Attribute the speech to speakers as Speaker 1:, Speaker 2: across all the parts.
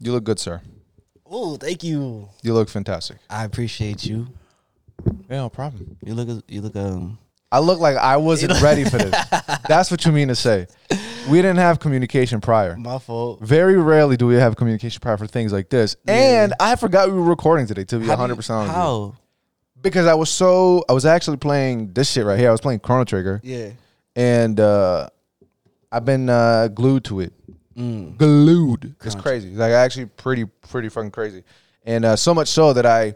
Speaker 1: You look good, sir.
Speaker 2: Oh, thank you.
Speaker 1: You look fantastic.
Speaker 2: I appreciate you.
Speaker 1: Yeah, no problem.
Speaker 2: You look. You look. Um.
Speaker 1: I look like I wasn't ready for this. That's what you mean to say. We didn't have communication prior.
Speaker 2: My fault.
Speaker 1: Very rarely do we have communication prior for things like this. And I forgot we were recording today, to be
Speaker 2: How do you-
Speaker 1: 100% honest. with you.
Speaker 2: How?
Speaker 1: Because I was so, I was actually playing this shit right here. I was playing Chrono Trigger.
Speaker 2: Yeah.
Speaker 1: And uh, I've been uh, glued to it. Glued. Mm. It's crazy. Like, actually, pretty, pretty fucking crazy. And uh, so much so that I,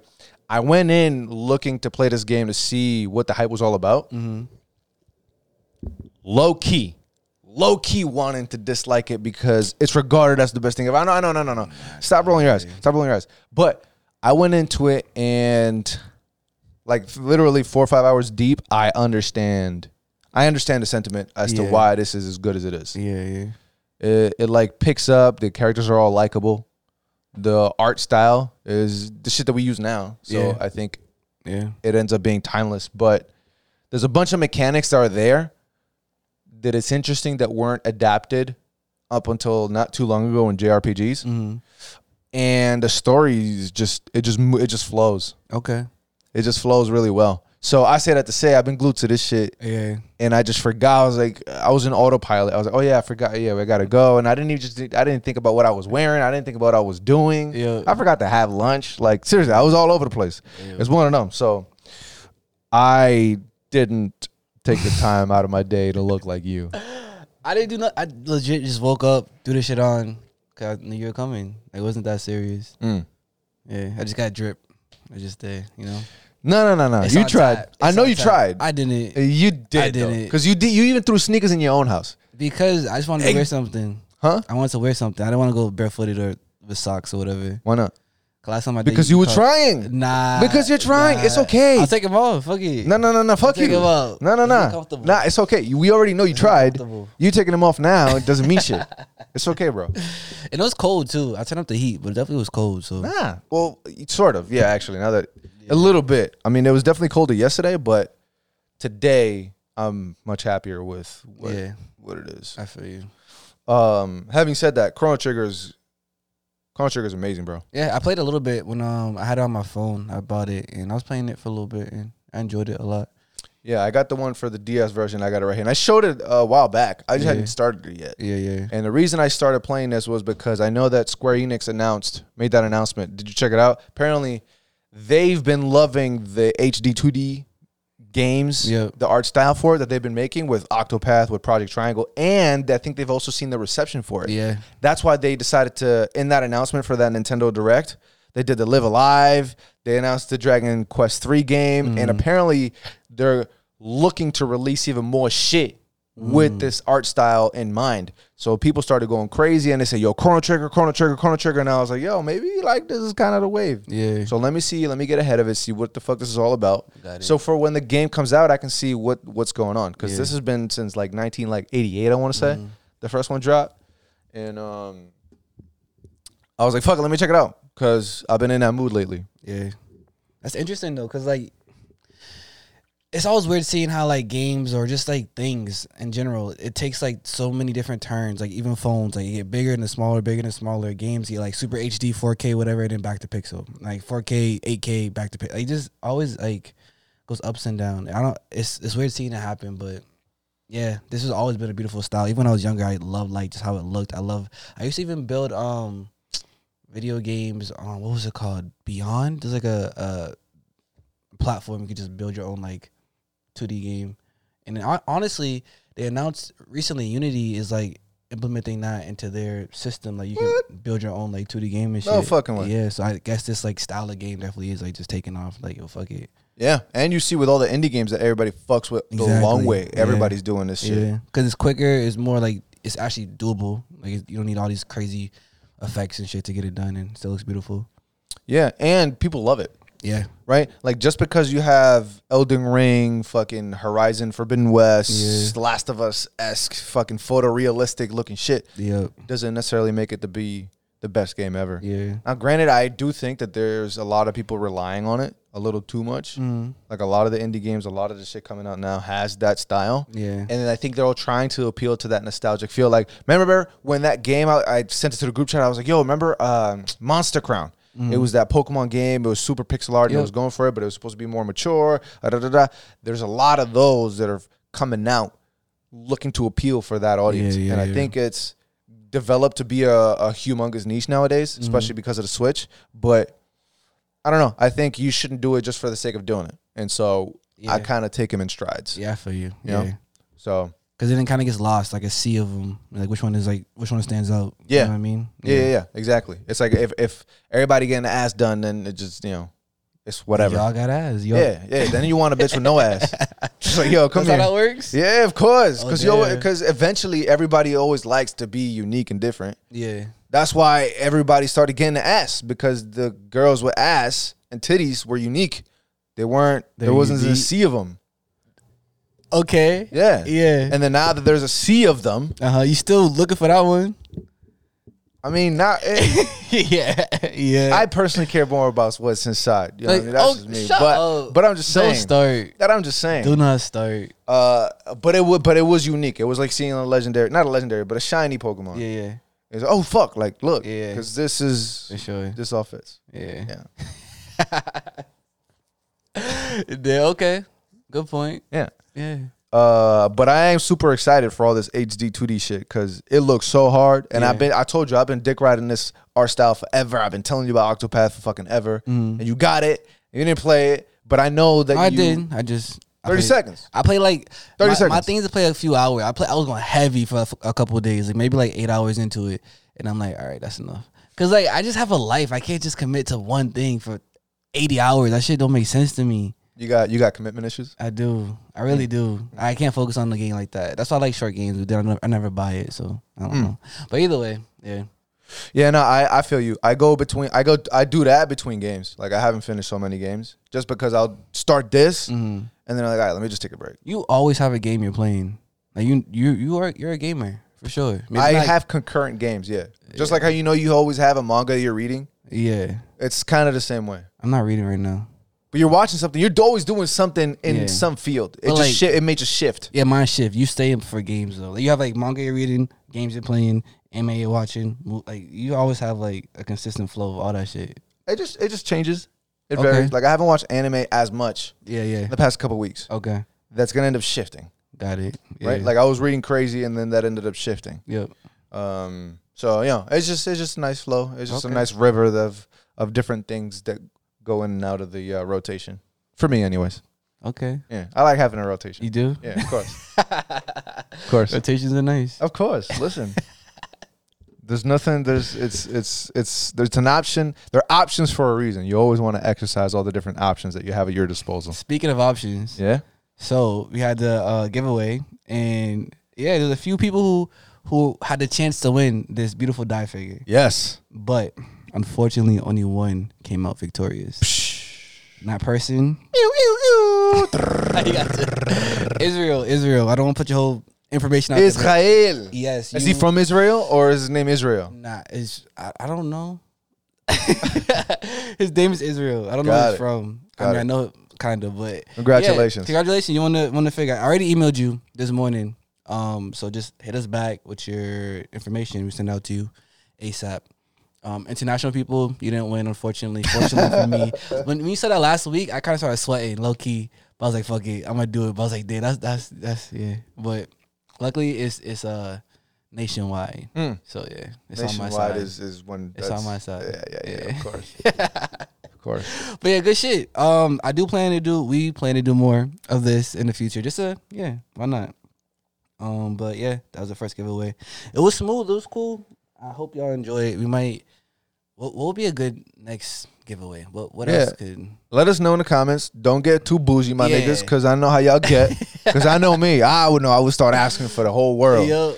Speaker 1: I went in looking to play this game to see what the hype was all about. low key, low key wanting to dislike it because it's regarded as the best thing ever. I know, I know, no, no, no. Stop rolling your eyes. Stop rolling your eyes. But I went into it and like f- literally four or five hours deep, I understand. I understand the sentiment as to
Speaker 2: Yeah.
Speaker 1: why this is as good as it is.
Speaker 2: Yeah. Yeah.
Speaker 1: It, it like picks up. The characters are all likable. The art style is the shit that we use now. So
Speaker 2: Yeah.
Speaker 1: I think
Speaker 2: Yeah.
Speaker 1: it ends up being timeless. But there's a bunch of mechanics that are there that it's interesting that weren't adapted up until not too long ago in JRPGs. And the story is just it just mo- it just flows.
Speaker 2: Okay.
Speaker 1: It just flows really well. So I say that to say I've been glued to this shit
Speaker 2: Yeah.
Speaker 1: and I just forgot. I was like, I was in autopilot. I was like, oh yeah, I forgot. Yeah, I gotta go. And I didn't even just, I didn't think about what I was wearing. I didn't think about what I was doing.
Speaker 2: Yeah.
Speaker 1: I forgot to have lunch. Like seriously, I was all over the place. It's one of them. So I didn't take the time out of my day to look like you.
Speaker 2: I didn't do nothing. I legit just woke up, threw this shit on, cause I knew you were coming. It wasn't that serious.
Speaker 1: Mm.
Speaker 2: Yeah. I just got drip. I just did. You know.
Speaker 1: No, no, no, no.
Speaker 2: It's
Speaker 1: Uh, you
Speaker 2: on
Speaker 1: tried.
Speaker 2: tap.
Speaker 1: I
Speaker 2: It's
Speaker 1: know
Speaker 2: on
Speaker 1: you
Speaker 2: tap.
Speaker 1: tried.
Speaker 2: I didn't
Speaker 1: you did.
Speaker 2: didn't.
Speaker 1: Because you did. You even threw sneakers in your own house,
Speaker 2: because I just wanted to
Speaker 1: Hey.
Speaker 2: wear something.
Speaker 1: huh?
Speaker 2: I wanted to wear something. I didn't want to go barefooted or with socks or whatever.
Speaker 1: Why not?
Speaker 2: Cause last time I did,
Speaker 1: Because you were
Speaker 2: caught-
Speaker 1: trying.
Speaker 2: Nah.
Speaker 1: Because you're trying. It's
Speaker 2: nah.
Speaker 1: okay.
Speaker 2: I'll take them off. Fuck it.
Speaker 1: No, no, no, no. Fuck
Speaker 2: take
Speaker 1: you.
Speaker 2: him out.
Speaker 1: No, no,
Speaker 2: It's
Speaker 1: no.
Speaker 2: uncomfortable.
Speaker 1: Nah, it's okay. You- We already know you tried.
Speaker 2: uncomfortable.
Speaker 1: You taking them off now. It doesn't mean shit. It's okay, bro.
Speaker 2: And it was cold too. I turned up the heat, but it definitely was cold. So
Speaker 1: Nah. Well, sort of. Yeah, actually. Now that a little bit. I mean, it was definitely colder yesterday, but today I'm much happier with what,
Speaker 2: Yeah.
Speaker 1: what it is.
Speaker 2: I feel you.
Speaker 1: Um, having said that, Chrono Trigger is Chrono Trigger is amazing, bro.
Speaker 2: Yeah, I played a little bit when um I had it on my phone. I bought it and I was playing it for a little bit and I enjoyed it a lot.
Speaker 1: Yeah, I got the one for the DS version. I got it right here, and I showed it a while back. I just
Speaker 2: Yeah.
Speaker 1: hadn't started it yet.
Speaker 2: Yeah, yeah.
Speaker 1: And the reason I started playing this was because I know that Square Enix announced, made that announcement. Did you check it out? Apparently, they've been loving the HD 2D games,
Speaker 2: Yep.
Speaker 1: the art style for it that they've been making with Octopath, with Project Triangle, and I think they've also seen the reception for it.
Speaker 2: Yeah.
Speaker 1: That's why they decided to, in that announcement for that Nintendo Direct, they did the Live Alive, they announced the Dragon Quest 3 game, and apparently they're looking to release even more shit with this art style in mind. So people started going crazy and they said, yo, Chrono Trigger, Chrono Trigger, Chrono Trigger. And I was like, yo, maybe like this is kind of the wave.
Speaker 2: Yeah.
Speaker 1: So let me see, let me get ahead of it, see what the fuck this is all about.
Speaker 2: Got it.
Speaker 1: So for when the game comes out, I can see what what's going on because this has been since like nineteen like eighty eight, I want to
Speaker 2: Mm-hmm.
Speaker 1: say the first one dropped, and um, I was like, fuck, it, let me check it out because I've been in that mood lately.
Speaker 2: Yeah. That's interesting though, cause like it's always weird seeing how like games or just like things in general, it takes like so many different turns. Like even phones, like you get bigger and then smaller, bigger and then smaller. Games get like super HD, 4K, whatever, and then back to pixel. Like 4K, 8K, back to pixel. Like just always like goes ups and down. I don't. It's it's weird seeing it happen, but yeah, this has always been a beautiful style. Even when I was younger, I loved like just how it looked. I love. I used to even build um video games on what was it called Beyond. There's like a, a platform you could just build your own like 2D game, and then, hon- honestly, they announced recently Unity is like implementing that into their system. Like you can build your own like 2D game and shit.
Speaker 1: No fucking way.
Speaker 2: Yeah, so I guess this like style of game definitely is like just taking off. Like yo, fuck it.
Speaker 1: Yeah, and you see with all the indie games that everybody fucks with the long
Speaker 2: Exactly.
Speaker 1: way,
Speaker 2: Yeah.
Speaker 1: everybody's doing this shit.
Speaker 2: Yeah, because it's quicker. It's more like it's actually doable. Like it- you don't need all these crazy effects and shit to get it done, and it still looks beautiful.
Speaker 1: yeah, and people love it.
Speaker 2: Yeah,
Speaker 1: right? Like just because you have Elden Ring, fucking Horizon Forbidden West, Last of Us esque, fucking photorealistic looking shit,
Speaker 2: yeah,
Speaker 1: doesn't necessarily make it to be the best game ever.
Speaker 2: Yeah.
Speaker 1: Now, granted, I do think that there's a lot of people relying on it a little too much.
Speaker 2: Mm-hmm.
Speaker 1: Like a lot of the indie games, a lot of the shit coming out now has that style.
Speaker 2: Yeah.
Speaker 1: And then I think they're all trying to appeal to that nostalgic feel. Like, remember when that game, I, I sent it to the group chat, I was like, yo, remember um, Monster Crown?
Speaker 2: Mm-hmm.
Speaker 1: It was that Pokemon game. It was super pixel art and it was going for it, but it was supposed to be more mature. Da, da, da, da. There's a lot of those that are coming out looking to appeal for that audience.
Speaker 2: Yeah, yeah,
Speaker 1: and I
Speaker 2: yeah.
Speaker 1: think it's developed to be a, a humongous niche nowadays,
Speaker 2: Mm-hmm.
Speaker 1: especially because of the Switch. But I don't know. I think you shouldn't do it just for the sake of doing it. And so I
Speaker 2: Yeah.
Speaker 1: kind of take him in strides.
Speaker 2: Yeah, for you.
Speaker 1: Yeah.
Speaker 2: Yeah.
Speaker 1: So
Speaker 2: Cause then it kind of gets lost, like a sea of them. Like which one is like which one stands out? You
Speaker 1: Yeah.
Speaker 2: know what I mean,
Speaker 1: yeah, yeah, yeah, exactly. It's like if if everybody getting the ass done, then it just you know, it's whatever.
Speaker 2: Y'all got ass. Y'all.
Speaker 1: Yeah, yeah. Then you want a bitch with no ass. It's like yo, come
Speaker 2: That's how
Speaker 1: here.
Speaker 2: that works.
Speaker 1: Yeah, of course,
Speaker 2: Oh,
Speaker 1: because
Speaker 2: yeah.
Speaker 1: because eventually everybody always likes to be unique and different.
Speaker 2: Yeah.
Speaker 1: That's why everybody started getting the ass because the girls with ass and titties were unique. They weren't.
Speaker 2: They
Speaker 1: there
Speaker 2: were
Speaker 1: wasn't a
Speaker 2: unique.
Speaker 1: sea of them.
Speaker 2: Okay.
Speaker 1: Yeah,
Speaker 2: Yeah.
Speaker 1: And then now that there's a sea of them,
Speaker 2: Uh huh. You still looking for that one?
Speaker 1: I mean, not. eh,
Speaker 2: yeah. Yeah.
Speaker 1: I personally care more about what's inside. You know what
Speaker 2: Like,
Speaker 1: I mean? That's
Speaker 2: oh,
Speaker 1: just me.
Speaker 2: shut
Speaker 1: But
Speaker 2: up.
Speaker 1: but I'm just
Speaker 2: Don't
Speaker 1: saying
Speaker 2: start.
Speaker 1: that I'm just saying.
Speaker 2: Do not start.
Speaker 1: Uh, but it would but it was unique. It was like seeing a legendary, not a legendary, but a shiny Pokemon.
Speaker 2: Yeah. Yeah.
Speaker 1: It's oh fuck, like look,
Speaker 2: Yeah.
Speaker 1: because this is
Speaker 2: For sure.
Speaker 1: this all fits.
Speaker 2: Yeah.
Speaker 1: Yeah,
Speaker 2: yeah. Okay. Good point.
Speaker 1: yeah.
Speaker 2: Yeah.
Speaker 1: Uh, but I am super excited for all this HD 2D shit because it looks so hard. And I've
Speaker 2: Yeah.
Speaker 1: been, I told you, I've been dick riding this art style forever. I've been telling you about Octopath for fucking ever. And you got it. You didn't play it, but I know that
Speaker 2: Mm-hmm. I
Speaker 1: you.
Speaker 2: did. I just. I
Speaker 1: 30
Speaker 2: played-
Speaker 1: seconds.
Speaker 2: I play like
Speaker 1: 30
Speaker 2: my, My
Speaker 1: seconds.
Speaker 2: things to play a few hours. I play. I was going heavy for a, f- a couple of days, like maybe like eight hours into it, and I'm like, all right, that's enough. Cause like I just have a life. I can't just commit to one thing for eighty hours. That shit don't make sense to me.
Speaker 1: You got you got commitment issues.
Speaker 2: I do. I really do. I can't focus on the game like that. That's why I like short games. But then I never, I never buy it, so I
Speaker 1: Hmm.
Speaker 2: don't know. But either way, yeah,
Speaker 1: Yeah, no, I, I feel you. I go between I go I do that between games. Like I haven't finished so many games just because I'll start this
Speaker 2: Mm-hmm.
Speaker 1: and then I'm like, all right, let me just take a break.
Speaker 2: you always have a game you're playing. Like you, you, you are you're a gamer for sure. Maybe
Speaker 1: I
Speaker 2: not-
Speaker 1: have concurrent games, yeah. Just like how you know you always have a manga you're reading.
Speaker 2: Yeah,
Speaker 1: It's kind of the same way.
Speaker 2: I'm not reading right now.
Speaker 1: But you're watching something. You're always doing something in
Speaker 2: Yeah.
Speaker 1: some field. It
Speaker 2: But,
Speaker 1: just
Speaker 2: like-
Speaker 1: shi- it may just shift.
Speaker 2: Yeah, mind shift. You stay up for games though. Like, you have like manga you're reading, games you're playing, anime you're watching. mo- Like you always have like a consistent flow of all that shit.
Speaker 1: It just it just changes. It
Speaker 2: Okay.
Speaker 1: varies. Like I haven't watched anime as much
Speaker 2: Yeah, yeah.
Speaker 1: in the past couple weeks.
Speaker 2: Okay,
Speaker 1: That's gonna end up shifting,
Speaker 2: got it.
Speaker 1: right?
Speaker 2: Yeah.
Speaker 1: Like I was reading crazy, and then that ended up shifting.
Speaker 2: yep.
Speaker 1: Um, so you know, it's just it's just a nice flow. It's just a
Speaker 2: Okay.
Speaker 1: nice river of of different things that go in and out of the uh, rotation. For me, anyways.
Speaker 2: Okay,
Speaker 1: Yeah, I like having a rotation.
Speaker 2: you do.
Speaker 1: Yeah, of course, of course,
Speaker 2: Rotations are nice.
Speaker 1: of course. Listen, there's nothing. There's it's it's it's there's an option. There are options for a reason. You always want to exercise all the different options that you have at your disposal.
Speaker 2: Speaking of options,
Speaker 1: Yeah.
Speaker 2: so we had the uh, giveaway, and yeah, there's a few people who who had the chance to win this beautiful die figure,
Speaker 1: Yes.
Speaker 2: but unfortunately, only one came out victorious. And That person, Israel, Israel. I don't want to put your whole information out. there, but-
Speaker 1: Israel.
Speaker 2: Yes,
Speaker 1: Is he
Speaker 2: you-
Speaker 1: from Israel or is his name Israel?
Speaker 2: Nah, is I, I don't know. His name is Israel. I don't know
Speaker 1: Got
Speaker 2: where he's
Speaker 1: it.
Speaker 2: from.
Speaker 1: Got
Speaker 2: I mean,
Speaker 1: it.
Speaker 2: I know kind of, but yeah,
Speaker 1: Congratulations.
Speaker 2: congratulations. You want to want to figure. out- I already emailed you this morning. Um, so just hit us back with your information. We send out to you ASAP. Um, international people, you didn't win, unfortunately. Fortunately for me, when, when you said that last week, I kind of started sweating, low key. But I was like, "Fuck it, I'm gonna do it." But I was like, "Damn, that's that's that's yeah." But luckily, it's it's uh nationwide,
Speaker 1: Mm.
Speaker 2: so yeah, it's on my
Speaker 1: Nationwide
Speaker 2: side.
Speaker 1: is is one.
Speaker 2: It's
Speaker 1: that's-
Speaker 2: on my side.
Speaker 1: Yeah, yeah, yeah.
Speaker 2: Yeah.
Speaker 1: Of course, of course.
Speaker 2: But yeah, good shit. Um, I do plan to do. We plan to do more of this in the future. Just a yeah, why not? Um, but yeah, that was the first giveaway. It was smooth. It was cool. I hope y'all enjoy it. We might. What what would be a good next giveaway? What what else
Speaker 1: Yeah.
Speaker 2: could?
Speaker 1: Let us know in the comments. Don't get too bougie, my
Speaker 2: Yeah.
Speaker 1: niggas, because I know how y'all get. Because I know me. I would know. I would start asking for the whole world.
Speaker 2: Yo,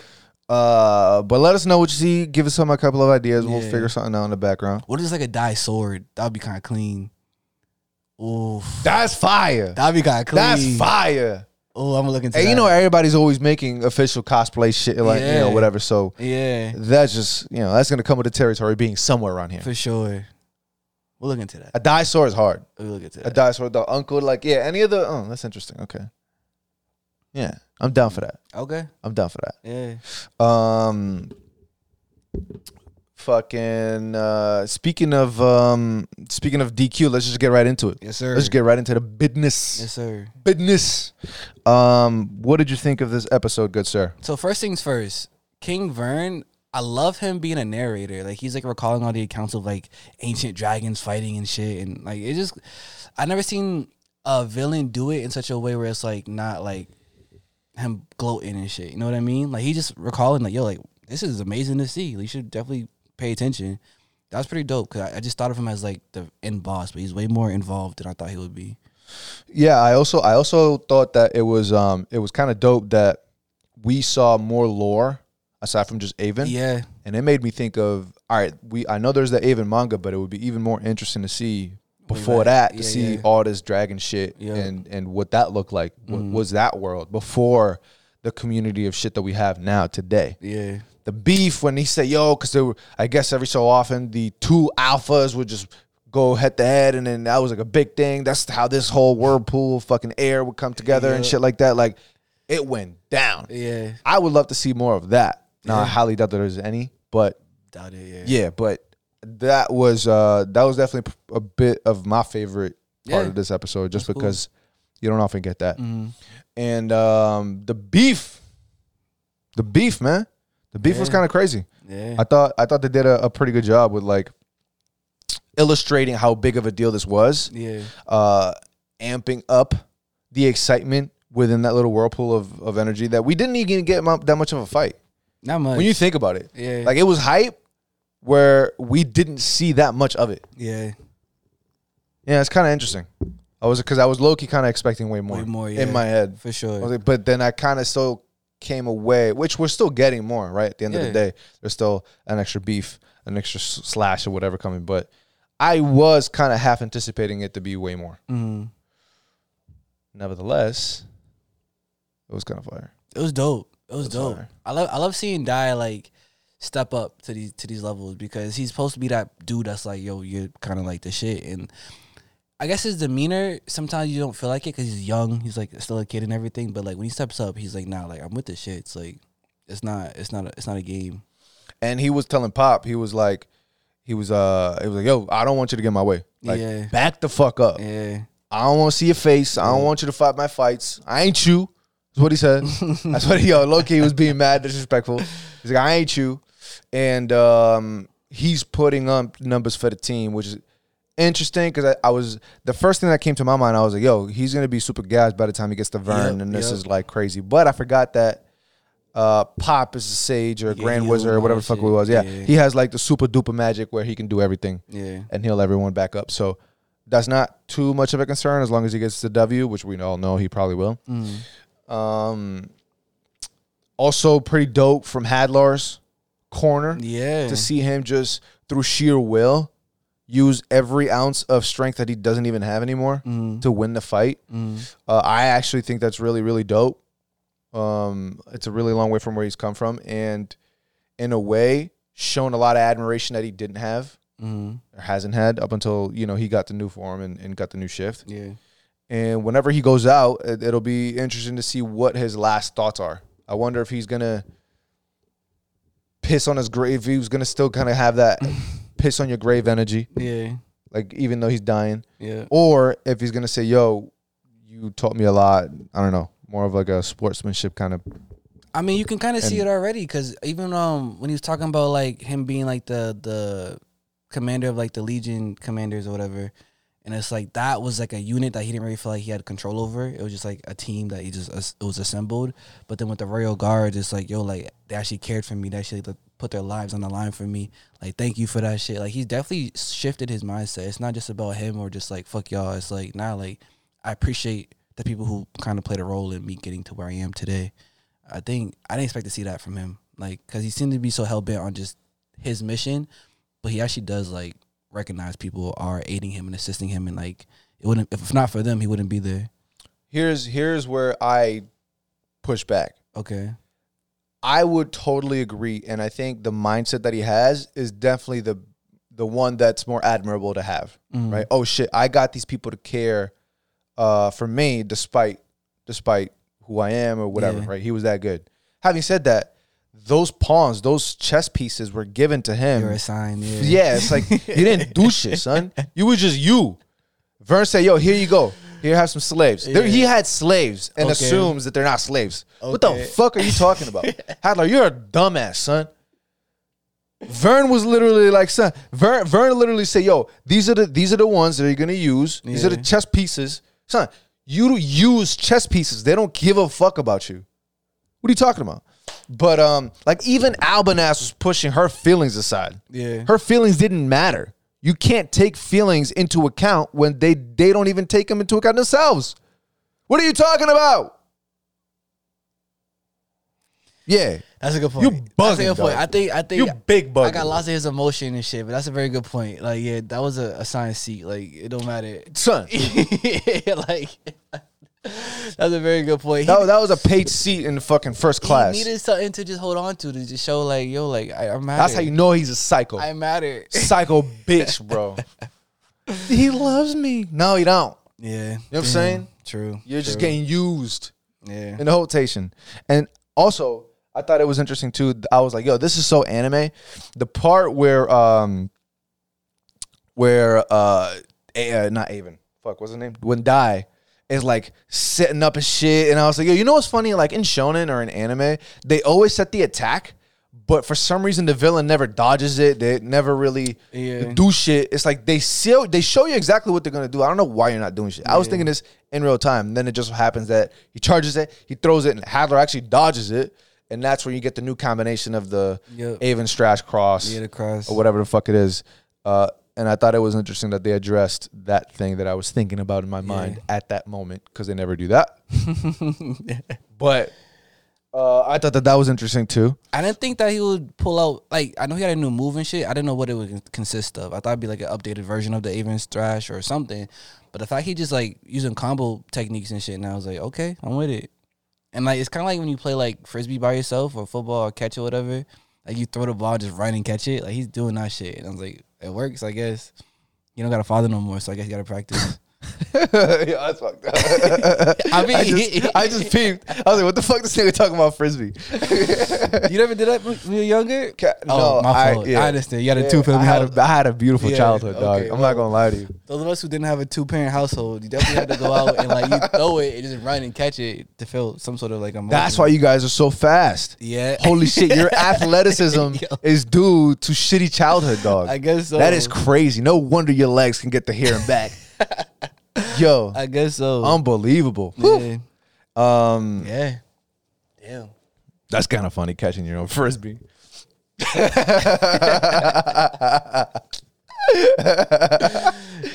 Speaker 1: Uh, but let us know what you see. Give us some a couple of ideas. We'll
Speaker 2: Yeah.
Speaker 1: figure something out in the background.
Speaker 2: what is like a die sword? That'd be kind of clean. Oof,
Speaker 1: That's fire.
Speaker 2: that'd be kind of clean.
Speaker 1: That's fire.
Speaker 2: Oh, I'm gonna look into.
Speaker 1: And you
Speaker 2: that.
Speaker 1: know, everybody's always making official cosplay shit, like you know,
Speaker 2: Yeah.
Speaker 1: whatever. So
Speaker 2: yeah,
Speaker 1: that's just you know, that's gonna come with the territory being somewhere around here.
Speaker 2: for sure. We'll look into that.
Speaker 1: A dinosaur is hard.
Speaker 2: We'll look into
Speaker 1: A
Speaker 2: that.
Speaker 1: dinosaur, the uncle, like yeah, any of the. Oh, that's interesting. Okay, yeah, I'm down for that.
Speaker 2: Okay.
Speaker 1: I'm down for that.
Speaker 2: Yeah.
Speaker 1: Um, fucking. Uh, speaking of um, speaking of DQ, let's just get right into it.
Speaker 2: Yes, sir.
Speaker 1: Let's get right into the business.
Speaker 2: Yes, sir.
Speaker 1: Business. Um, what did you think of this episode, good sir?
Speaker 2: So first things first, King Vern. I love him being a narrator. Like he's like recalling all the accounts of like ancient dragons fighting and shit, and like it just. I never seen a villain do it in such a way where it's like not like him gloating and shit. You know what I mean? Like he just recalling like yo, like this is amazing to see. Like, you should definitely pay attention. That was pretty dope because I, I just thought of him as like the end boss, but he's way more involved than I thought he would be.
Speaker 1: Yeah, I also I also thought that it was um it was kind of dope that we saw more lore aside from just Avon.
Speaker 2: Yeah,
Speaker 1: and it made me think of all right we i know there's the Avon manga but it would be even more interesting to see before
Speaker 2: back.
Speaker 1: that to
Speaker 2: Yeah,
Speaker 1: see
Speaker 2: yeah.
Speaker 1: all this dragon shit
Speaker 2: Yeah. Mm-hmm.
Speaker 1: and and what that looked like what was that world before the community of shit that we have now today
Speaker 2: yeah,
Speaker 1: the beef when he said yo because they were i guess every so often the two alphas would just go head to head and then that was like a big thing that's how this whole whirlpool of fucking air would come together and
Speaker 2: Yeah.
Speaker 1: shit like that like it went down
Speaker 2: yeah.
Speaker 1: i would love to see more of that now i
Speaker 2: Yeah.
Speaker 1: highly doubt that there's any but
Speaker 2: Doubt it. Yeah.
Speaker 1: yeah, but that was uh that was definitely p- a bit of my favorite part
Speaker 2: Yeah.
Speaker 1: of this episode just
Speaker 2: That's cool.
Speaker 1: because you don't often get that.
Speaker 2: Mhm.
Speaker 1: And um the beef the beef, man. The beef was
Speaker 2: Yeah.
Speaker 1: kind of crazy.
Speaker 2: Yeah.
Speaker 1: I thought I thought they did a, a pretty good job with like illustrating how big of a deal this was,
Speaker 2: yeah.
Speaker 1: uh amping up the excitement within that little whirlpool of, of energy that we didn't even get mu- that much of a fight.
Speaker 2: Not much.
Speaker 1: When you think about it,
Speaker 2: yeah,
Speaker 1: like it was hype where we didn't see that much of it.
Speaker 2: yeah,
Speaker 1: Yeah, it's kind of interesting. I was because I was low key kind of expecting way more,
Speaker 2: Way more, yeah.
Speaker 1: in my head.
Speaker 2: for
Speaker 1: I
Speaker 2: sure.
Speaker 1: was like, but then I kind of still came away, which we're still getting more, right? At the end of the
Speaker 2: Yeah.
Speaker 1: day, there's still an extra beef, an extra s- slash or whatever coming. But I was kind of half anticipating it to be way more.
Speaker 2: Mhm.
Speaker 1: Nevertheless, it was kind of fire.
Speaker 2: It was dope. It was
Speaker 1: That's
Speaker 2: dope.
Speaker 1: fire.
Speaker 2: I love I love seeing Dai like step up to these to these levels because he's supposed to be that dude that's like yo you're kind of like the shit and I guess his demeanor sometimes you don't feel like it because he's young he's like still a kid and everything but like when he steps up he's like nah like I'm with the shit it's like it's not it's not a, it's not a game
Speaker 1: And he was telling Pop, he was like, he was uh, it was like, yo, I don't want you to get in my way. Like,
Speaker 2: Yeah.
Speaker 1: back the fuck up.
Speaker 2: yeah
Speaker 1: I don't want to see your face. I don't want you to fight my fights. I ain't you. That's what he said. That's what he, yo, low key was being mad, disrespectful. He's like, I ain't you. And um, he's putting up numbers for the team, which is interesting because I, I was, the first thing that came to my mind, I was like, yo, he's going to be super gassed by the time he gets to Vern,
Speaker 2: Yep,
Speaker 1: and this
Speaker 2: yep.
Speaker 1: is like crazy. But I forgot that uh, Pop is a sage or a grand
Speaker 2: he
Speaker 1: wizard or
Speaker 2: owned
Speaker 1: whatever
Speaker 2: that
Speaker 1: the fuck it
Speaker 2: shit.
Speaker 1: was. Yeah.
Speaker 2: Yeah.
Speaker 1: He has like the super duper magic where he can do everything
Speaker 2: yeah
Speaker 1: and heal everyone back up. So that's not too much of a concern as long as he gets the W, which we all know he probably will. Um, also, pretty dope from Hadlar's corner
Speaker 2: yeah
Speaker 1: to see him just through sheer will use every ounce of strength that he doesn't even have anymore
Speaker 2: Mm-hmm.
Speaker 1: to win the fight. Uh, I actually think that's really, really dope. Um, it's a really long way from where he's come from, and in a way, shown a lot of admiration that he didn't have
Speaker 2: Mhm.
Speaker 1: or hasn't had up until you know he got the new form and, and got the new shift.
Speaker 2: yeah
Speaker 1: And whenever he goes out, it, it'll be interesting to see what his last thoughts are. I wonder if he's gonna piss on his grave. If he was gonna still kind of have that piss on your grave energy,
Speaker 2: yeah
Speaker 1: like even though he's dying,
Speaker 2: yeah
Speaker 1: or if he's gonna say, "Yo, you taught me a lot." I don't know, more of like a sportsmanship kind of.
Speaker 2: I mean, you can kind of see it
Speaker 1: And-
Speaker 2: already because even um when he was talking about like him being like the the commander of like the legion commanders or whatever, and it's like that was like a unit that he didn't really feel like he had control over. It was just like a team that he just as- it was assembled. But then with the royal guard, it's like yo, like they actually cared for me. They actually like, put their lives on the line for me. Like thank you for that shit. Like he's definitely shifted his mindset. It's not just about him or just like fuck y'all. It's like now like I appreciate the people who kind of played a role in me getting to where I am today. I think I didn't expect to see that from him, like because he seemed to be so hell bent on just his mission, but he actually does like recognize people are aiding him and assisting him, and like it wouldn't if not for them, he wouldn't be there.
Speaker 1: here's here's where I push back.
Speaker 2: Okay.
Speaker 1: I would totally agree, and I think the mindset that he has is definitely the the one that's more admirable to have.
Speaker 2: Mm.
Speaker 1: Right? Oh shit, I got these people to care uh, for me, despite despite who I am or whatever.
Speaker 2: Yeah.
Speaker 1: Right? He was that good. Having said that, those pawns, those chess pieces, were given to him.
Speaker 2: You're a sign. Yeah.
Speaker 1: Yeah, it's like you didn't do shit, son. You was just you. Vern said, "Yo, here you go. Here have some slaves." There, he had slaves and
Speaker 2: Okay.
Speaker 1: assumes that they're not slaves. What the
Speaker 2: Okay.
Speaker 1: fuck are you talking about, Hadler? You're a dumbass, son. Vern was literally like, son. Vern, Vern literally said, "Yo, these are the these are the ones that you're gonna use. These are the
Speaker 2: Yeah.
Speaker 1: chess pieces, son. You use chess pieces. They don't give a fuck about you. What are you talking about?" But um, like even Albanass was pushing her feelings aside
Speaker 2: Yeah.
Speaker 1: her feelings didn't matter. You can't take feelings into account when they they don't even take them into account themselves. What are you talking about? Yeah,
Speaker 2: That's a good point.
Speaker 1: You
Speaker 2: That's a
Speaker 1: bugging,
Speaker 2: good point.
Speaker 1: dog.
Speaker 2: I think. I think.
Speaker 1: you big bug.
Speaker 2: I got lots of his emotion and shit, but that's a very good point. Like, yeah, that was a, a sign seat. Like, it don't matter.
Speaker 1: son.
Speaker 2: like, that's a very good point.
Speaker 1: That, was- that was a paid seat in the fucking first
Speaker 2: He
Speaker 1: class.
Speaker 2: needed something to just hold on to to just show like, yo, like I, I matter.
Speaker 1: That's how you know he's a psycho,
Speaker 2: I matter.
Speaker 1: psycho bitch, bro. he loves me. No, he don't.
Speaker 2: Yeah, you know
Speaker 1: what I'm saying?
Speaker 2: True.
Speaker 1: You're just
Speaker 2: true.
Speaker 1: getting used.
Speaker 2: yeah.
Speaker 1: in the whole rotation. And also, I thought it was interesting too. I was like, "Yo, this is so anime." The part where, um, where uh, A- uh not Avon, fuck, what's his name? When Die is like setting up his shit, and I was like, "Yo, you know what's funny? Like in shonen or in anime, they always set the attack." But for some reason, the villain never dodges it. They never really
Speaker 2: Yeah.
Speaker 1: do shit. It's like they show they show you exactly what they're gonna do. I don't know why you're not doing shit. I was thinking this in real time. And then it just happens that he charges it, he throws it, and Hadler actually dodges it, and that's where you get the new combination of the
Speaker 2: Yep.
Speaker 1: Avon Strash cross
Speaker 2: Yeah, the cross.
Speaker 1: or whatever the fuck it is. Uh, and I thought it was interesting that they addressed that thing that I was thinking about in my mind at that moment because they never do that. but uh, I thought that that was interesting too.
Speaker 2: I didn't think that he would pull out. Like, I know he had a new move and shit. I didn't know what it would consist of. I thought it'd be like an updated version of the Avon's Thrash or something. But the fact he just like using combo techniques and shit, and I was like, okay, I'm with it. And like, it's kind of like when you play like frisbee by yourself or football or catch or whatever. Like, you throw the ball, just run and catch it. Like, he's doing that shit, and I was like, it works, I guess. You don't got a father no more, so I guess you got to practice.
Speaker 1: yeah, that's fucked up.
Speaker 2: I mean,
Speaker 1: I just, I just peeped. I was like, what the fuck this nigga talking about frisbee?
Speaker 2: you never did that when you were younger.
Speaker 1: Ca- no,
Speaker 2: oh, my
Speaker 1: I-
Speaker 2: fault. I,
Speaker 1: yeah.
Speaker 2: understand. You had a
Speaker 1: Yeah,
Speaker 2: two for
Speaker 1: I had
Speaker 2: the
Speaker 1: a, I had a beautiful
Speaker 2: Yeah,
Speaker 1: childhood, dog.
Speaker 2: okay,
Speaker 1: I'm not gonna lie to you.
Speaker 2: Those of us who didn't have a two parent household, you definitely had to go out and like you throw it and just run and catch it to feel some sort of like emotion.
Speaker 1: That's why you guys are so fast.
Speaker 2: Yeah.
Speaker 1: Holy shit, your athleticism
Speaker 2: Yo.
Speaker 1: is due to shitty childhood, dog.
Speaker 2: I guess so.
Speaker 1: That is crazy. No wonder your legs can get to here and back. Yo,
Speaker 2: I guess so.
Speaker 1: unbelievable.
Speaker 2: yeah.
Speaker 1: Um, Whew. Um,
Speaker 2: yeah. Damn.
Speaker 1: that's kind of funny catching your own frisbee.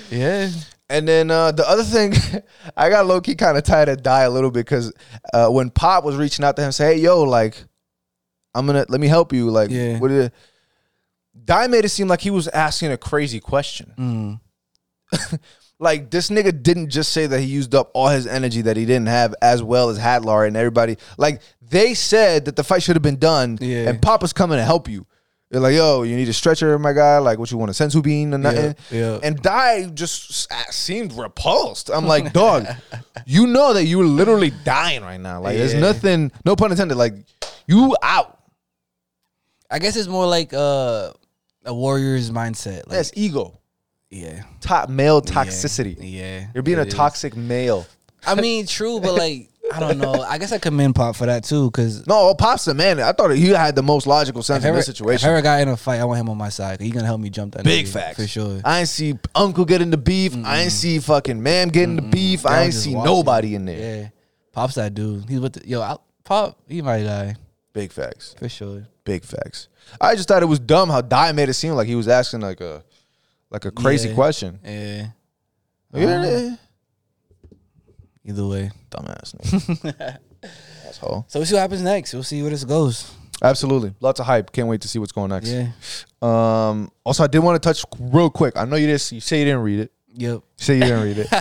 Speaker 2: Yeah.
Speaker 1: And then uh, the other thing, I got low key kind of tired at die a little bit because uh, when Pop was reaching out to him, say, "Hey, yo, like, I'm gonna let me help you." Like,
Speaker 2: Yeah.
Speaker 1: what? Did, die made it seem like he was asking a crazy question.
Speaker 2: Mm.
Speaker 1: Like this nigga didn't just say that he used up all his energy that he didn't have, as well as Hadlar and everybody. Like they said that the fight should have been done,
Speaker 2: Yeah.
Speaker 1: and Pop was coming to help you. They're like, "Yo, you need a stretcher, my guy. Like, what you want a sensu bean or nothing?"
Speaker 2: yeah.
Speaker 1: And Die just s- uh, seemed repulsed. I'm like, "Dog, you know that you're literally dying right now. Like, there's
Speaker 2: Yeah.
Speaker 1: nothing, no pun intended. Like, you out.
Speaker 2: I guess it's more like uh, a warrior's mindset. Like,
Speaker 1: That's ego.
Speaker 2: Yeah.
Speaker 1: Top male toxicity.
Speaker 2: Yeah.
Speaker 1: You're being
Speaker 2: It
Speaker 1: a
Speaker 2: is.
Speaker 1: toxic male."
Speaker 2: I mean, true, but like, I don't know. I guess I commend Pop for that too, because
Speaker 1: No, well, Pop's the man. I thought he had the most logical sense
Speaker 2: if
Speaker 1: in
Speaker 2: ever,
Speaker 1: this
Speaker 2: if
Speaker 1: situation.
Speaker 2: ever got in a fight, I want him on my side. He's gonna help me jump that.
Speaker 1: Big
Speaker 2: nigga,
Speaker 1: facts.
Speaker 2: for sure.
Speaker 1: I ain't see Uncle get into beef. I ain't see fucking Mam get into beef. I
Speaker 2: Y'all
Speaker 1: ain't
Speaker 2: just
Speaker 1: see
Speaker 2: watching.
Speaker 1: nobody in there.
Speaker 2: Yeah, Pop's that dude. He's with the, yo I, Pop. He might die
Speaker 1: Big facts.
Speaker 2: for sure.
Speaker 1: Big facts. I just thought it was dumb how Die made it seem like he was asking like a like a crazy
Speaker 2: Yeah.
Speaker 1: question.
Speaker 2: Yeah.
Speaker 1: Yeah.
Speaker 2: Either way.
Speaker 1: Dumbass nigga. Asshole.
Speaker 2: So we'll see what happens next. We'll see where this goes.
Speaker 1: Absolutely. Lots of hype. Can't wait to see what's going next.
Speaker 2: Yeah.
Speaker 1: Um also I did want to touch real quick. I know you didn't you say you didn't read it.
Speaker 2: Yep.
Speaker 1: So you didn't read it.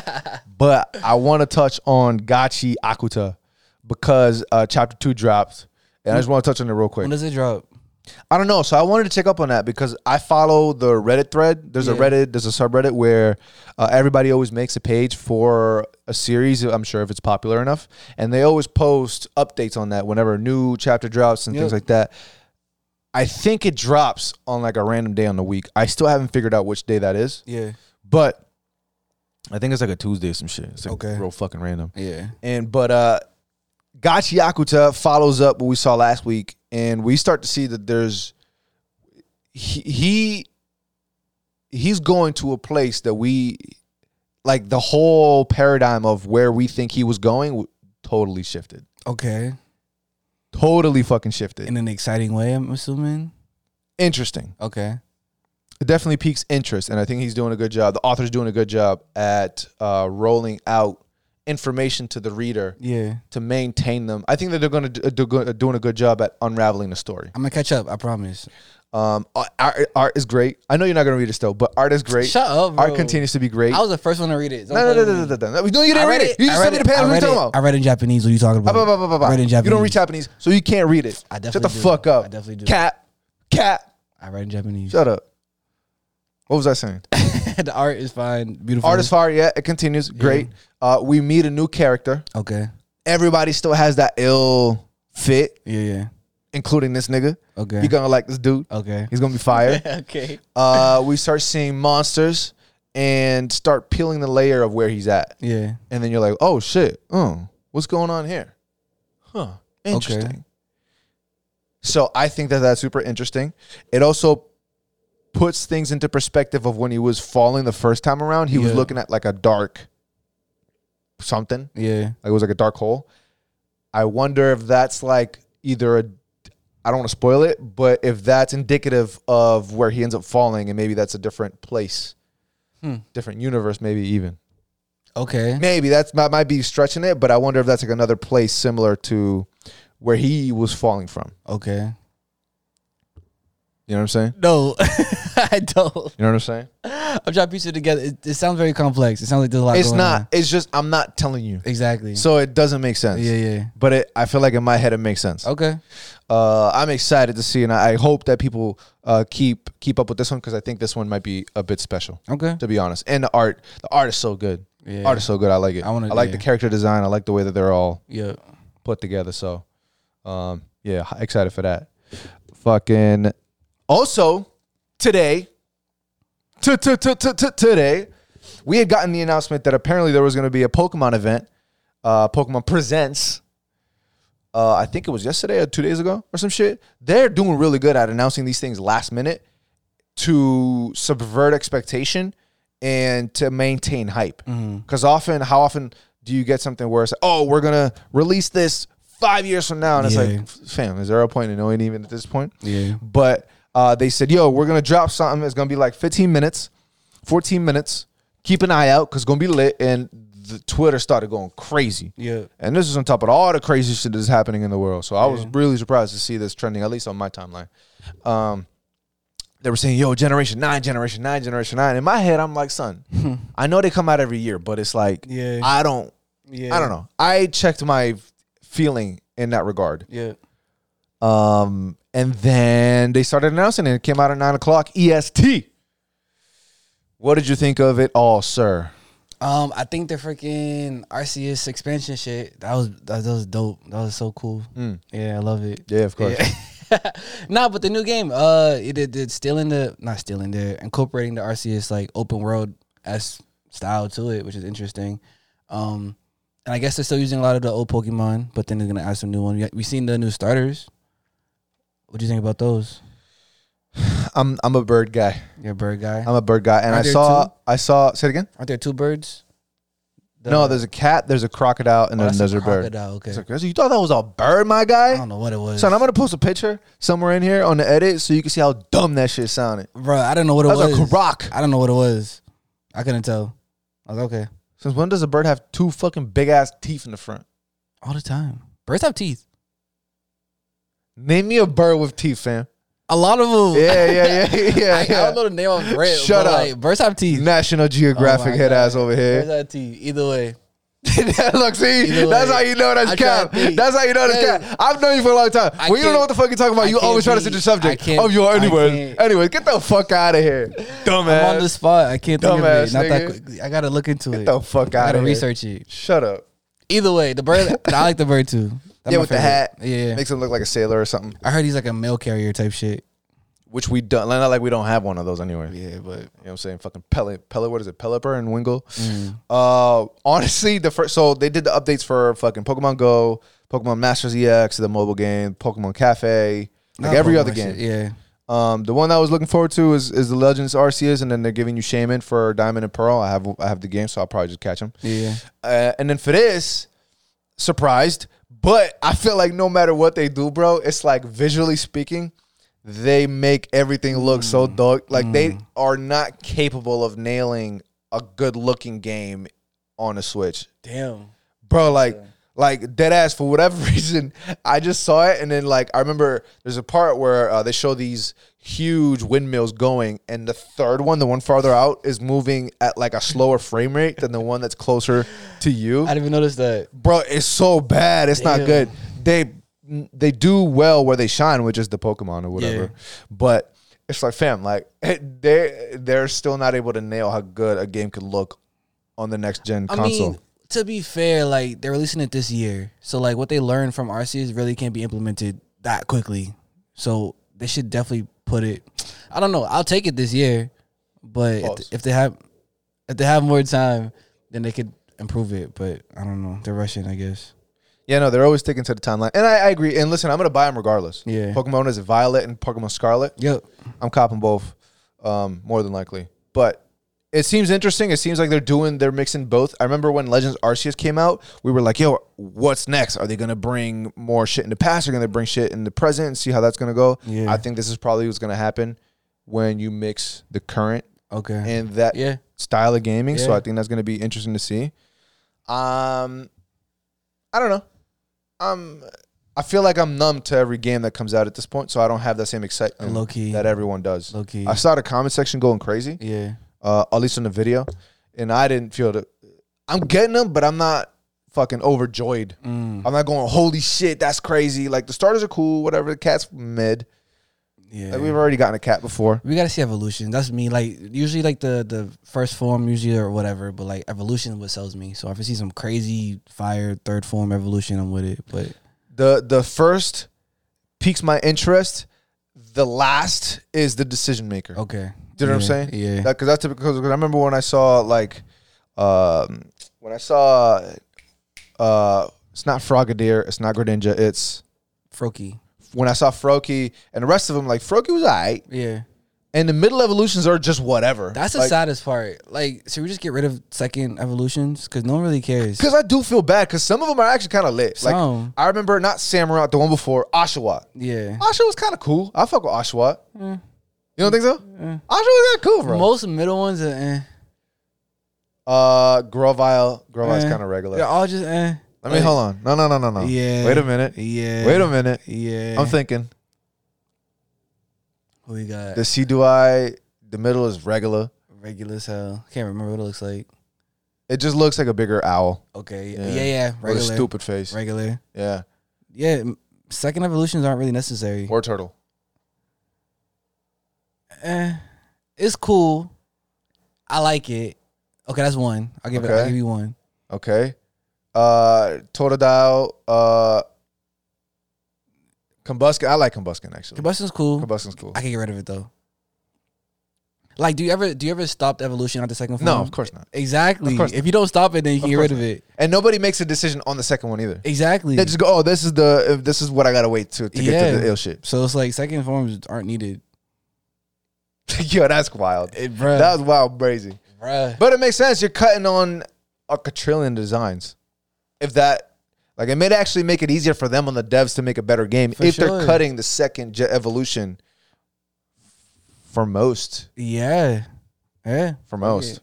Speaker 1: but I want to touch on Gachi Akuta because uh, chapter two dropped. And I just want to touch on it real quick.
Speaker 2: When does it drop?
Speaker 1: I don't know. So I wanted to check up on that because I follow the Reddit thread. There's a
Speaker 2: Yeah.
Speaker 1: Reddit, there's a subreddit where uh, everybody always makes a page for a series, I'm sure if it's popular enough. And they always post updates on that whenever a new chapter drops and things
Speaker 2: Yep.
Speaker 1: like that. I think it drops on like a random day on the week. I still haven't figured out which day that is,
Speaker 2: Yeah.
Speaker 1: but I think it's like a Tuesday or some shit. It's like
Speaker 2: Okay.
Speaker 1: real fucking random.
Speaker 2: Yeah.
Speaker 1: And but uh Gachi Akuta follows up what we saw last week, and we start to see that there's he, he he's going to a place that we like the whole paradigm of where we think he was going w- totally shifted.
Speaker 2: Okay.
Speaker 1: Totally fucking shifted.
Speaker 2: In an exciting way, I'm assuming.
Speaker 1: Interesting.
Speaker 2: Okay.
Speaker 1: It definitely piques interest, and I think he's doing a good job. The author's doing a good job at uh, rolling out information to the reader
Speaker 2: Yeah.
Speaker 1: to maintain them. I think that they're going to do, do, doing a good job at unraveling the story.
Speaker 2: I'm gonna catch up. I promise.
Speaker 1: Um, art, art is great. I know you're not going to read it still, but art is great.
Speaker 2: Shut up, bro.
Speaker 1: art continues to be great.
Speaker 2: I was the first one to read it. Don't
Speaker 1: no, no,
Speaker 2: play
Speaker 1: no,
Speaker 2: with
Speaker 1: no,
Speaker 2: me.
Speaker 1: no, no, no, no. You
Speaker 2: I
Speaker 1: didn't read
Speaker 2: read
Speaker 1: it. You just
Speaker 2: I
Speaker 1: sent
Speaker 2: read
Speaker 1: me the
Speaker 2: it.
Speaker 1: page.
Speaker 2: I
Speaker 1: What are you
Speaker 2: read
Speaker 1: talking
Speaker 2: it.
Speaker 1: about?
Speaker 2: I read in Japanese. What are you talking about?
Speaker 1: Bah, bah, bah, bah, bah.
Speaker 2: I read in Japanese.
Speaker 1: You don't read Japanese, so you can't read it.
Speaker 2: I
Speaker 1: Shut the
Speaker 2: definitely do.
Speaker 1: fuck up.
Speaker 2: I definitely do.
Speaker 1: Cap, cap.
Speaker 2: I read in Japanese.
Speaker 1: Shut up. What was I saying?
Speaker 2: the art is fine. Beautiful.
Speaker 1: Art is fire. Yeah, it continues. Great. Uh, we meet a new character.
Speaker 2: Okay.
Speaker 1: Everybody still has that ill fit,
Speaker 2: Yeah. Yeah.
Speaker 1: including this nigga.
Speaker 2: Okay.
Speaker 1: He gonna like this dude.
Speaker 2: okay.
Speaker 1: He's gonna be fire.
Speaker 2: okay.
Speaker 1: uh, we start seeing monsters and start peeling the layer of where he's at.
Speaker 2: Yeah.
Speaker 1: And then you're like, oh shit, oh, what's going on here? Huh, interesting. So I think that that's super interesting. It also puts things into perspective of when he was falling the first time around. He was
Speaker 2: Yeah.
Speaker 1: looking at like a dark something,
Speaker 2: Yeah.
Speaker 1: like it was like a dark hole. I wonder if that's like either a I don't want to spoil it, but if that's indicative of where he ends up falling, and maybe that's a different place,
Speaker 2: Hmm.
Speaker 1: different universe, maybe even
Speaker 2: Okay.
Speaker 1: maybe that's might, might be stretching it, but I wonder if that's like another place similar to where he was falling from.
Speaker 2: Okay.
Speaker 1: You know what I'm saying?
Speaker 2: No, I don't.
Speaker 1: You know what I'm saying?
Speaker 2: I'm trying to piece it together. It, it sounds very complex. It sounds like there's a lot.
Speaker 1: It's
Speaker 2: going
Speaker 1: not.
Speaker 2: on.
Speaker 1: It's just I'm not telling you,
Speaker 2: exactly.
Speaker 1: so it doesn't make sense.
Speaker 2: yeah. Yeah.
Speaker 1: But it, I feel like in my head it makes sense.
Speaker 2: Okay.
Speaker 1: Uh, I'm excited to see, and I I hope that people uh, keep keep up with this one because I think this one might be a bit special.
Speaker 2: Okay.
Speaker 1: to be honest. And the art, the art is so good.
Speaker 2: Yeah.
Speaker 1: Art is so good. I like it. I,
Speaker 2: I wanna-
Speaker 1: like
Speaker 2: yeah.
Speaker 1: the character design. I like the way that they're all
Speaker 2: Yeah.
Speaker 1: put together. So, um, yeah, h- excited for that. Fucking. Also, today, t- t- t- t- t- today, we had gotten the announcement that apparently there was going to be a Pokemon event. Uh, Pokemon Presents. Uh, I think it was yesterday or two days ago or some shit. They're doing really good at announcing these things last minute to subvert expectation and to maintain hype. Because often, how often do you get something where it's like, oh, we're gonna release this five years from now, and it's
Speaker 2: Yeah.
Speaker 1: like, fam, is there a point in knowing even at this point?
Speaker 2: Yeah.
Speaker 1: But uh, they said, yo, we're gonna drop something. It's gonna be like 15 minutes, 14 minutes. Keep an eye out because it's gonna be lit. And the Twitter started going crazy.
Speaker 2: Yeah.
Speaker 1: And this is on top of all the crazy shit that's happening in the world. So I was really surprised to see this trending, at least on my timeline. Um, they were saying, yo, Generation 9, Generation 9, Generation 9. In my head, I'm like, son, I know they come out every year, but it's like,
Speaker 2: Yeah.
Speaker 1: I don't,
Speaker 2: Yeah.
Speaker 1: I don't know. I checked my feeling in that regard.
Speaker 2: Yeah.
Speaker 1: Um, and then they started announcing it. It came out at 9 o'clock EST. What did you think of it all, sir?
Speaker 2: Um, I think the freaking RCS expansion shit that was that, that was dope. That was so cool.
Speaker 1: Mm.
Speaker 2: Yeah, I love it.
Speaker 1: Yeah, of course.
Speaker 2: Yeah. nah, but the new game, uh, it did it, stealing the not stealing they're incorporating the RCS like open world as style to it, which is interesting. Um, and I guess they're still using a lot of the old Pokemon, but then they're gonna add some new ones. We seen the new starters. What do you think about those?
Speaker 1: I'm, I'm a bird guy.
Speaker 2: Your bird guy.
Speaker 1: I'm a bird guy. And
Speaker 2: Are
Speaker 1: I
Speaker 2: there
Speaker 1: saw,
Speaker 2: two?
Speaker 1: I saw, say it again.
Speaker 2: Aren't there two birds? The-
Speaker 1: no, there's a cat, there's a crocodile, and
Speaker 2: oh,
Speaker 1: then
Speaker 2: that's
Speaker 1: there's a, bird.
Speaker 2: crocodile, Oh, Okay.
Speaker 1: It's like, "Crazy, you thought that was a bird, my
Speaker 2: I
Speaker 1: guy?
Speaker 2: don't know what it was.
Speaker 1: Son, I'm gonna post a picture somewhere in here on the edit so you can see how dumb that shit sounded.
Speaker 2: Bro, I don't know what it
Speaker 1: That was
Speaker 2: was.
Speaker 1: a croc.
Speaker 2: I don't know what it was. I couldn't tell. I was okay.
Speaker 1: Since when does a bird have two fucking big ass teeth in the front?
Speaker 2: All the time. Birds have teeth.
Speaker 1: Name me a bird with teeth, fam.
Speaker 2: A lot of them.
Speaker 1: Yeah, yeah, yeah, yeah.
Speaker 2: I, I
Speaker 1: yeah.
Speaker 2: don't know the name off bread.
Speaker 1: Shut
Speaker 2: but
Speaker 1: up.
Speaker 2: Like, versatile teeth.
Speaker 1: National Geographic
Speaker 2: Oh my
Speaker 1: head
Speaker 2: God.
Speaker 1: ass over here.
Speaker 2: Versatile teeth. Either way.
Speaker 1: Look, see,
Speaker 2: Either
Speaker 1: that's
Speaker 2: way,
Speaker 1: how you know that's
Speaker 2: I try
Speaker 1: cap.
Speaker 2: to think.
Speaker 1: That's how you know that's
Speaker 2: Hey.
Speaker 1: cap. I've known you for a long time.
Speaker 2: I
Speaker 1: When you don't know
Speaker 2: can't-
Speaker 1: what the fuck you're talking about,
Speaker 2: I
Speaker 1: you always try
Speaker 2: can't
Speaker 1: to switch the
Speaker 2: be- I
Speaker 1: subject.
Speaker 2: can't-
Speaker 1: Oh, you're
Speaker 2: I
Speaker 1: anyway.
Speaker 2: can't.
Speaker 1: Anyway, get the fuck out of here, dumbass.
Speaker 2: I'm on the spot. I can't think
Speaker 1: Dumbass
Speaker 2: of it. Not that
Speaker 1: nigga.
Speaker 2: quick. I gotta look into it.
Speaker 1: Get the fuck
Speaker 2: I
Speaker 1: out
Speaker 2: gotta
Speaker 1: of here.
Speaker 2: research it.
Speaker 1: Shut up.
Speaker 2: Either way, the bird. I like the bird too. That's
Speaker 1: yeah,
Speaker 2: my
Speaker 1: with the
Speaker 2: favorite.
Speaker 1: hat.
Speaker 2: Yeah.
Speaker 1: makes him look like a sailor or something.
Speaker 2: I heard he's like a mail carrier type shit.
Speaker 1: Which we don't. Not like we don't have one of those anywhere. You know
Speaker 2: Yeah, but
Speaker 1: what I'm saying? Fucking pellet, pellet. What is it? Pelipper and Wingle.
Speaker 2: Mm.
Speaker 1: Uh, honestly, the first. So they did the updates for fucking Pokemon Go, Pokemon Masters EX, the mobile game, Pokemon Cafe, like every other game.
Speaker 2: Yeah.
Speaker 1: Um, the one that I was looking forward to is is the Legends Arceus, and then they're giving you Shaman for Diamond and Pearl. I have I have the game, so I'll probably just catch them.
Speaker 2: Yeah.
Speaker 1: Uh, and then for this, surprised, but I feel like no matter what they do, bro, it's like visually speaking, they make everything look so dog. Like they are not capable of nailing a good looking game on a Switch
Speaker 2: Damn.
Speaker 1: bro like like dead ass for whatever reason i just saw it and then like i remember there's a part where uh, they show these huge windmills going and the third one the one farther out is moving at like a slower frame rate than the one that's closer to you
Speaker 2: I didn't even notice that.
Speaker 1: bro it's so bad it's not
Speaker 2: Damn.
Speaker 1: good they they do well where they shine which is the pokemon or whatever
Speaker 2: Yeah.
Speaker 1: but it's like fam like they they're still not able to nail how good a game could look on the next gen
Speaker 2: I
Speaker 1: console
Speaker 2: mean, to be fair, like they're releasing it this year, so like what they learned from Arceus really can't be implemented that quickly. So they should definitely put it. I don't know. I'll take it this year, but
Speaker 1: Pause.
Speaker 2: if, if they have if they have more time, then they could improve it. But I don't know. They're rushing, I guess.
Speaker 1: Yeah, no, they're always sticking to the timeline, and I, I agree. And listen, I'm gonna buy them regardless.
Speaker 2: Yeah.
Speaker 1: Pokemon is Violet and Pokemon Scarlet.
Speaker 2: Yep.
Speaker 1: I'm copping both, um, more than likely. But it seems interesting. It seems like they're doing they're mixing both. I remember when Legends Arceus came out, we were like, "Yo, what's next? Are they gonna bring more shit in the past? Are they gonna bring shit in the present and see how that's gonna go?"
Speaker 2: Yeah.
Speaker 1: I think this is probably what's gonna happen when you mix the current
Speaker 2: Okay.
Speaker 1: and that
Speaker 2: yeah.
Speaker 1: style of gaming. So
Speaker 2: Yeah.
Speaker 1: I think that's going to be interesting to see. Um, I don't know. Um, I feel like I'm numb to every game that comes out at this point, so I don't have that same excitement
Speaker 2: Low key.
Speaker 1: that everyone does.
Speaker 2: Low key.
Speaker 1: I saw the comment section going crazy,
Speaker 2: yeah.
Speaker 1: uh, at least on the video, and I didn't feel the. I'm getting them, but I'm not fucking overjoyed.
Speaker 2: Mm,
Speaker 1: I'm not going, holy shit, that's crazy. Like the starters are cool, whatever. The cat's mid.
Speaker 2: yeah.
Speaker 1: Like, we've already gotten a cat before.
Speaker 2: We gotta see evolution. That's me. Like usually, like the the first form, usually or whatever. But like evolution, is what sells me. So if I see some crazy fire third form evolution, I'm with it. But
Speaker 1: the the first piques my interest. The last is the decision maker.
Speaker 2: okay,
Speaker 1: Do you know
Speaker 2: Yeah,
Speaker 1: what I'm saying?
Speaker 2: Yeah,
Speaker 1: Because that's typical. Because I remember when I saw like, um, when I saw, uh, it's not Frogadier, it's not Greninja, it's
Speaker 2: Froakie.
Speaker 1: when I saw Froakie and the rest of them. Like Froakie was alright,
Speaker 2: Yeah,
Speaker 1: and the middle evolutions are just whatever.
Speaker 2: that's the saddest part. Like, should we just get rid of second evolutions? Because no one really cares.
Speaker 1: Because I do feel bad. Because some of them are actually kind of lit. Like
Speaker 2: Some.
Speaker 1: I remember not Samurott, the one before Oshawa.
Speaker 2: yeah,
Speaker 1: Oshawa was kind of cool. I fuck with Oshawa.
Speaker 2: Mm.
Speaker 1: You don't think so? Oshawa was kind of cool, bro.
Speaker 2: most middle ones are eh.
Speaker 1: Uh, Grovile. Grovile's
Speaker 2: Eh.
Speaker 1: kind of regular.
Speaker 2: they're all just eh.
Speaker 1: Let me hold on. No, no, no, no, no.
Speaker 2: Yeah.
Speaker 1: Wait a minute.
Speaker 2: Yeah,
Speaker 1: Wait a minute.
Speaker 2: Yeah,
Speaker 1: I'm thinking
Speaker 2: Who we got
Speaker 1: the C do I. The middle is regular.
Speaker 2: regular as hell. Can't remember what it looks like.
Speaker 1: It just looks like a bigger owl
Speaker 2: Okay,
Speaker 1: Yeah.
Speaker 2: yeah, yeah, yeah. regular,
Speaker 1: with a stupid face.
Speaker 2: regular.
Speaker 1: Yeah,
Speaker 2: Yeah, m- second evolutions aren't really necessary.
Speaker 1: or turtle.
Speaker 2: Eh, it's cool. I like it. Okay, that's one. I'll give it. I'll
Speaker 1: Okay.
Speaker 2: give you one.
Speaker 1: Okay. Uh, Totodile. Uh, Combuskin. I like Combuskin actually.
Speaker 2: Combustion's cool.
Speaker 1: Combuskin's cool.
Speaker 2: I can get rid of it though. Like, do you ever do you ever stop the evolution at the second form?
Speaker 1: No, of course not.
Speaker 2: Exactly.
Speaker 1: Of course
Speaker 2: if you don't stop it, then you can
Speaker 1: Of
Speaker 2: get
Speaker 1: course
Speaker 2: rid of it.
Speaker 1: And nobody makes a decision on the second one either.
Speaker 2: Exactly.
Speaker 1: They just go, "Oh, this is the if this is what I gotta wait to to get to
Speaker 2: Yeah.
Speaker 1: the ill shit."
Speaker 2: so it's like second forms aren't needed.
Speaker 1: Yo, that's wild.
Speaker 2: Eh, bruh,
Speaker 1: That was wild, crazy.
Speaker 2: bruh.
Speaker 1: But it makes sense. You're cutting on a quadrillion designs. If that, like, it may actually make it easier for them on the devs to make a better game
Speaker 2: For
Speaker 1: if they're
Speaker 2: sure.
Speaker 1: cutting the second ge- evolution for most.
Speaker 2: yeah, yeah.
Speaker 1: For most.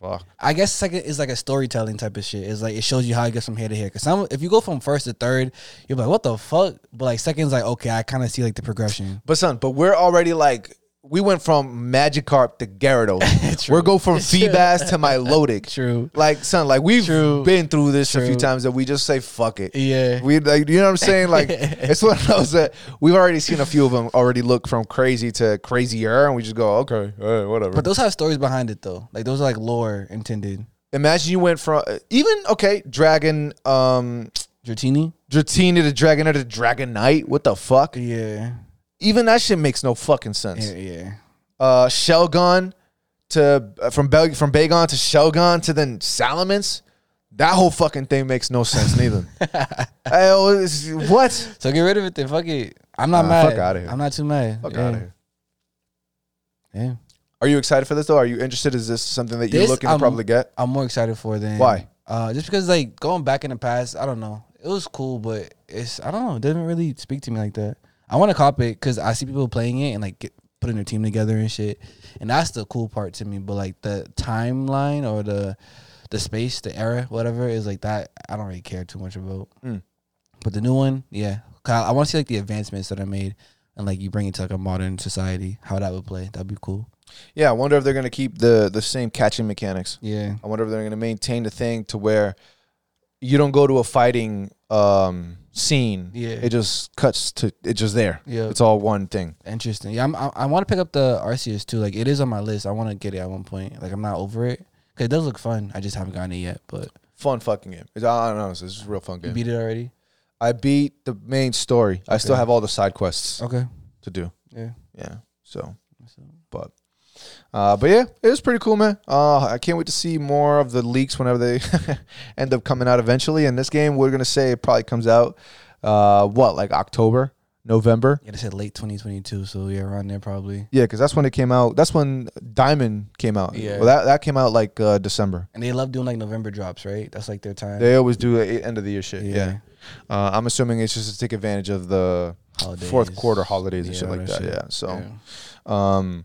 Speaker 1: Fuck.
Speaker 2: I guess it's like a, it's like a storytelling type of shit. It's like it shows you how you get from here to here. Cause some if you go from first to third, you're like, what the fuck? But like second's like, okay, I kind of see like the progression.
Speaker 1: But son, but we're already like we went from Magikarp to Gyarados. we're go from Feebas to Milotic.
Speaker 2: True.
Speaker 1: Like son, like we've
Speaker 2: True.
Speaker 1: been through this a few
Speaker 2: True.
Speaker 1: times that we just say fuck it.
Speaker 2: Yeah.
Speaker 1: We like you know what I'm saying? Like it's one of those that we've already seen a few of them already look from crazy to crazier and we just go, okay, all right, whatever.
Speaker 2: But those have stories behind it though. Like those are like lore intended.
Speaker 1: Imagine you went from uh, even okay, Dragon um
Speaker 2: Dratini?
Speaker 1: Dratina to Dragonair to Dragonite. What the fuck?
Speaker 2: Yeah.
Speaker 1: Even that shit makes no fucking sense.
Speaker 2: Yeah. yeah.
Speaker 1: uh, Shelgon to uh, from Bel- from Bagon to Shelgon to then Salamence. That whole fucking thing makes no sense neither. Hey, oh, it's- what?
Speaker 2: So get rid of it then. Fuck it. I'm not
Speaker 1: Nah,
Speaker 2: mad.
Speaker 1: fuck outta here.
Speaker 2: I'm not too mad.
Speaker 1: Fuck
Speaker 2: yeah.
Speaker 1: out of here.
Speaker 2: Yeah.
Speaker 1: Are you excited for this though? Are you interested? Is this something that you're
Speaker 2: This,
Speaker 1: looking to
Speaker 2: um,
Speaker 1: probably get?
Speaker 2: I'm more excited for than
Speaker 1: Why?
Speaker 2: Uh, just because like going back in the past, I don't know. It was cool, but it's I don't know. It doesn't really speak to me like that. I want to cop it because I see people playing it and like get, putting their team together and shit, and that's the cool part to me. But like the timeline or the the space, the era, whatever is like that. I don't really care too much about.
Speaker 1: Mm.
Speaker 2: But the new one, yeah. 'Cause I, want to see like the advancements that I made and like you bring it to like a modern society, how that would play. That'd be cool.
Speaker 1: Yeah, I wonder if they're gonna keep the the same catching mechanics.
Speaker 2: Yeah.
Speaker 1: I wonder if they're gonna maintain the thing to where you don't go to a fighting um, scene.
Speaker 2: Yeah.
Speaker 1: it just cuts to it's just there.
Speaker 2: Yeah.
Speaker 1: it's all one thing.
Speaker 2: Interesting. Yeah, I'm, I, I want to pick up the Arceus too. Like it is on my list. I want to get it at one point. Like I'm not over it. Cause it does look fun. I just haven't gotten it yet. But
Speaker 1: Fun fucking game. It's, I don't know. It's, it's a real fun
Speaker 2: you
Speaker 1: game.
Speaker 2: beat it already.
Speaker 1: I beat the main story. I still
Speaker 2: Okay.
Speaker 1: have all the side quests
Speaker 2: Okay.
Speaker 1: to do.
Speaker 2: Yeah.
Speaker 1: Yeah. So, but, uh, but yeah, it was pretty cool, man. Uh, I can't wait to see more of the leaks whenever they end up coming out eventually. And this game, we're gonna say it probably comes out, uh, what like October, November.
Speaker 2: Yeah, they said late 2022. So yeah, around there probably.
Speaker 1: Yeah, because that's when it came out. That's when Diamond came out.
Speaker 2: Yeah.
Speaker 1: Well, that that came out like uh, December.
Speaker 2: And they love doing like November drops, right? That's like their time.
Speaker 1: They always do the end of the year shit. Yeah.
Speaker 2: Yeah.
Speaker 1: Uh, I'm assuming it's just to take advantage of the fourth
Speaker 2: Holidays.
Speaker 1: quarter holidays and
Speaker 2: Yeah,
Speaker 1: shit like
Speaker 2: that
Speaker 1: that.
Speaker 2: shit.
Speaker 1: Yeah. So.
Speaker 2: Yeah.
Speaker 1: Um,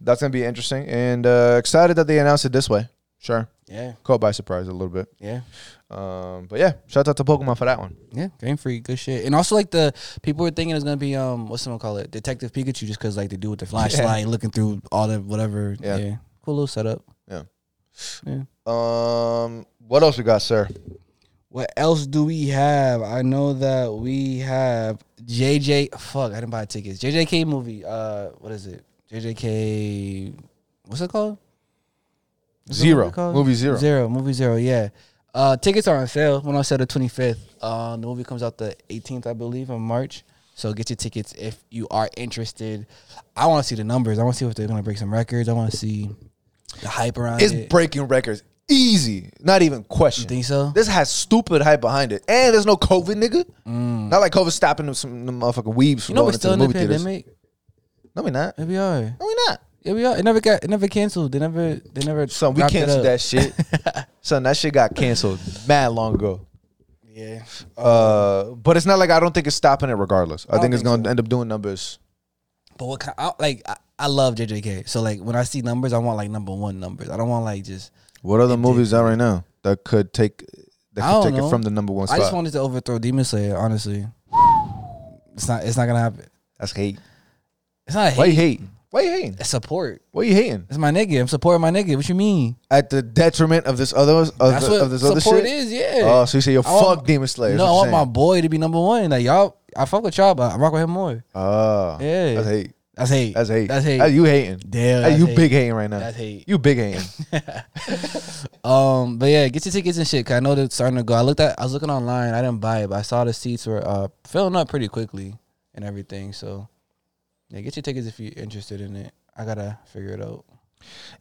Speaker 1: that's gonna be interesting, and uh, excited that they announced it this way. Sure,
Speaker 2: yeah.
Speaker 1: caught by surprise a little bit.
Speaker 2: Yeah.
Speaker 1: Um, but yeah, shout out to Pokemon for that one.
Speaker 2: Yeah, Game Freak, good shit. And also like the people were thinking it's gonna be um what's someone call it Detective Pikachu just because like they do with the flashlight looking through all the whatever.
Speaker 1: Yeah.
Speaker 2: Yeah. cool little setup.
Speaker 1: Yeah.
Speaker 2: yeah.
Speaker 1: Um, what else we got, sir?
Speaker 2: What else do we have? I know that we have JJ. Fuck, I didn't buy tickets. JJK movie. Uh, what is it? JJK. What's it called? What's the
Speaker 1: Zero
Speaker 2: movie called?
Speaker 1: movie zero.
Speaker 2: Zero movie zero. Yeah. Uh, tickets are on sale. When I said the twenty fifth. Uh, the movie comes out the eighteenth, I believe, of March. So get your tickets if you are interested. I want to see the numbers. I want to see if they're gonna break some records. I want to see the hype around
Speaker 1: It's
Speaker 2: it.
Speaker 1: breaking records, easy, not even question.
Speaker 2: Think so?
Speaker 1: This has stupid hype behind it, and there's no COVID, nigga. Not like COVID stopping them some them motherfucking weebs.
Speaker 2: Mm. You know
Speaker 1: going
Speaker 2: we're
Speaker 1: into
Speaker 2: still in
Speaker 1: the
Speaker 2: the
Speaker 1: movie theaters.
Speaker 2: pandemic.
Speaker 1: No, we not.
Speaker 2: Yeah, we are.
Speaker 1: No, we not.
Speaker 2: Yeah, we are. It never got. It never canceled. They never. They never.
Speaker 1: Son, we
Speaker 2: wrapped it
Speaker 1: canceled
Speaker 2: up.
Speaker 1: that shit. Son, that shit got canceled mad long ago.
Speaker 2: Yeah.
Speaker 1: Uh, but it's not like I don't think it's stopping it regardless. I,
Speaker 2: don't
Speaker 1: think it's
Speaker 2: think
Speaker 1: going to end up doing numbers.
Speaker 2: But what kind? I, like I, I love JJK. So like when I see numbers, I want like number one numbers. I don't want like just.
Speaker 1: What other
Speaker 2: It
Speaker 1: movies out right now that could take that
Speaker 2: I
Speaker 1: could
Speaker 2: don't
Speaker 1: take it
Speaker 2: know.
Speaker 1: from the number one
Speaker 2: I
Speaker 1: spot?
Speaker 2: just wanted to overthrow Demon Slayer. Honestly, it's not. It's not gonna happen.
Speaker 1: That's hate.
Speaker 2: It's not a
Speaker 1: Why
Speaker 2: hate.
Speaker 1: you hating? Why you hating?
Speaker 2: It's support.
Speaker 1: Why you hating?
Speaker 2: It's my nigga. I'm supporting my nigga. What you mean?
Speaker 1: At the detriment of this other of,
Speaker 2: That's
Speaker 1: the-
Speaker 2: what
Speaker 1: of this other
Speaker 2: support
Speaker 1: shit.
Speaker 2: is. Yeah.
Speaker 1: Oh, so you say you
Speaker 2: I want-
Speaker 1: fuck Demon Slayer? is
Speaker 2: no, I
Speaker 1: what
Speaker 2: want
Speaker 1: you're
Speaker 2: my boy to be number one. Like y'all, I fuck with y'all, but I rock with him more.
Speaker 1: saying. Oh,
Speaker 2: Yeah.
Speaker 1: That's hate.
Speaker 2: That's hate.
Speaker 1: That's hate.
Speaker 2: That's hate.
Speaker 1: you hating?
Speaker 2: Damn.
Speaker 1: That's
Speaker 2: that's
Speaker 1: you
Speaker 2: hate.
Speaker 1: big hating right now.
Speaker 2: That's hate.
Speaker 1: You big hating.
Speaker 2: Um, but yeah, get your tickets and shit. Cause I know they're starting to go. I looked at, I was looking online. I didn't buy it, but I saw the seats were uh filling up pretty quickly and everything. So yeah, get your tickets if you're interested in it. I gotta figure it out.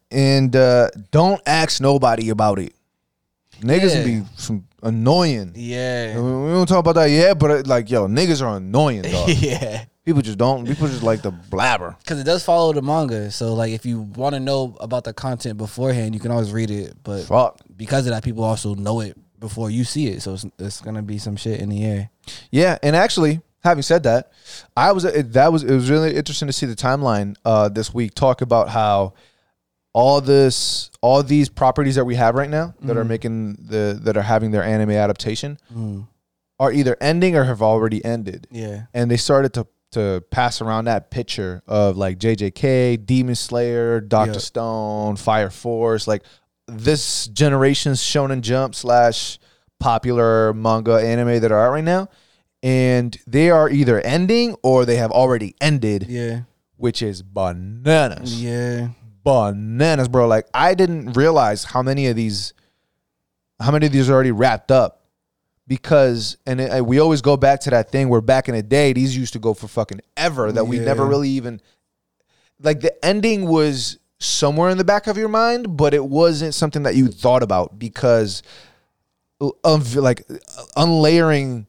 Speaker 1: and uh, don't ask nobody about it. Niggas
Speaker 2: Yeah.
Speaker 1: be some annoying. We
Speaker 2: Yeah,
Speaker 1: we don't talk about that yet, but uh, like, yo, niggas are annoying, dog.
Speaker 2: yeah.
Speaker 1: people just don't. People just like the blabber.
Speaker 2: Cause it does follow the manga. So like, if you want to know about the content beforehand, you can always read it. But
Speaker 1: Fuck.
Speaker 2: because of that, people also know it before you see it. So it's, it's gonna be some shit in the air.
Speaker 1: Yeah, and actually, having said that, I was it, that was it was really interesting to see the timeline uh, this week talk about how all this all these properties that we have right now that are making the that are having their anime adaptation are either ending or have already ended.
Speaker 2: Mm. Yeah.
Speaker 1: And they started to to pass around that picture of like JJK, Demon Slayer, Doctor
Speaker 2: Yeah.
Speaker 1: Stone, Fire Force, like this generation's Shonen Jump slash popular manga anime that are out right now. And they are either ending or they have already ended,
Speaker 2: Yeah.
Speaker 1: which is bananas
Speaker 2: Yeah.
Speaker 1: bananas, bro. Like I didn't realize how many of these, how many of these are already wrapped up, because and it, we always go back to that thing where back in the day these used to go for fucking ever that we never
Speaker 2: Yeah.
Speaker 1: really even, like the ending was somewhere in the back of your mind, but it wasn't something that you thought about because of like unlayering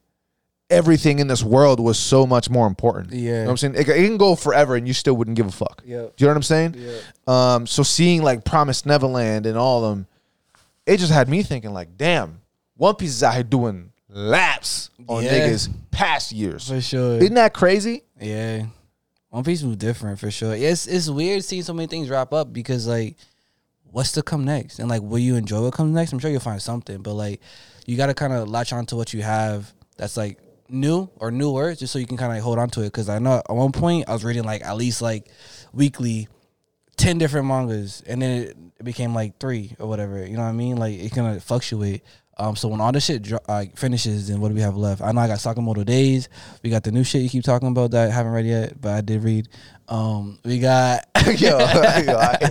Speaker 1: everything in this world was so much more important. You know
Speaker 2: Yeah.
Speaker 1: what I'm saying? It, it can go forever and you still wouldn't give a fuck.
Speaker 2: Yep.
Speaker 1: Do you know what I'm saying?
Speaker 2: Yeah.
Speaker 1: Um, so seeing like Promised Neverland and all of them, it just had me thinking like, damn, One Piece is out here doing laps on
Speaker 2: Yeah. Oh,
Speaker 1: niggas past years.
Speaker 2: For sure.
Speaker 1: Isn't that crazy?
Speaker 2: Yeah. One Piece was different for sure. It's it's weird seeing so many things wrap up because like what's to come next? And like will you enjoy what comes next? I'm sure you'll find something, but like you gotta kinda latch on to what you have that's like new or newer just so you can kinda like, hold on to it. Cause I know at one point I was reading like at least like weekly ten different mangas and then it, it became like three or whatever. You know what I mean? Like it kinda fluctuate. Um, so when all this shit dro- uh, finishes, then what do we have left? I know I got Sakamoto Days. We got the new shit you keep talking about that I haven't read yet, but I did read. Um, we got
Speaker 1: yo, yo, I hate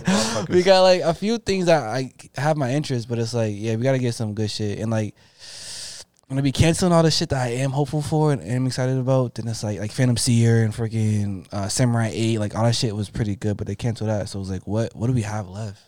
Speaker 1: motherfuckers.
Speaker 2: we got like a few things that I have my interest, but it's like yeah, we gotta get some good shit. And like I'm gonna be canceling all the shit that I am hopeful for and am excited about. Then it's like like Phantom Seer and freaking uh, Samurai Eight, like all that shit was pretty good, but they canceled that. So it was like, what what do we have left?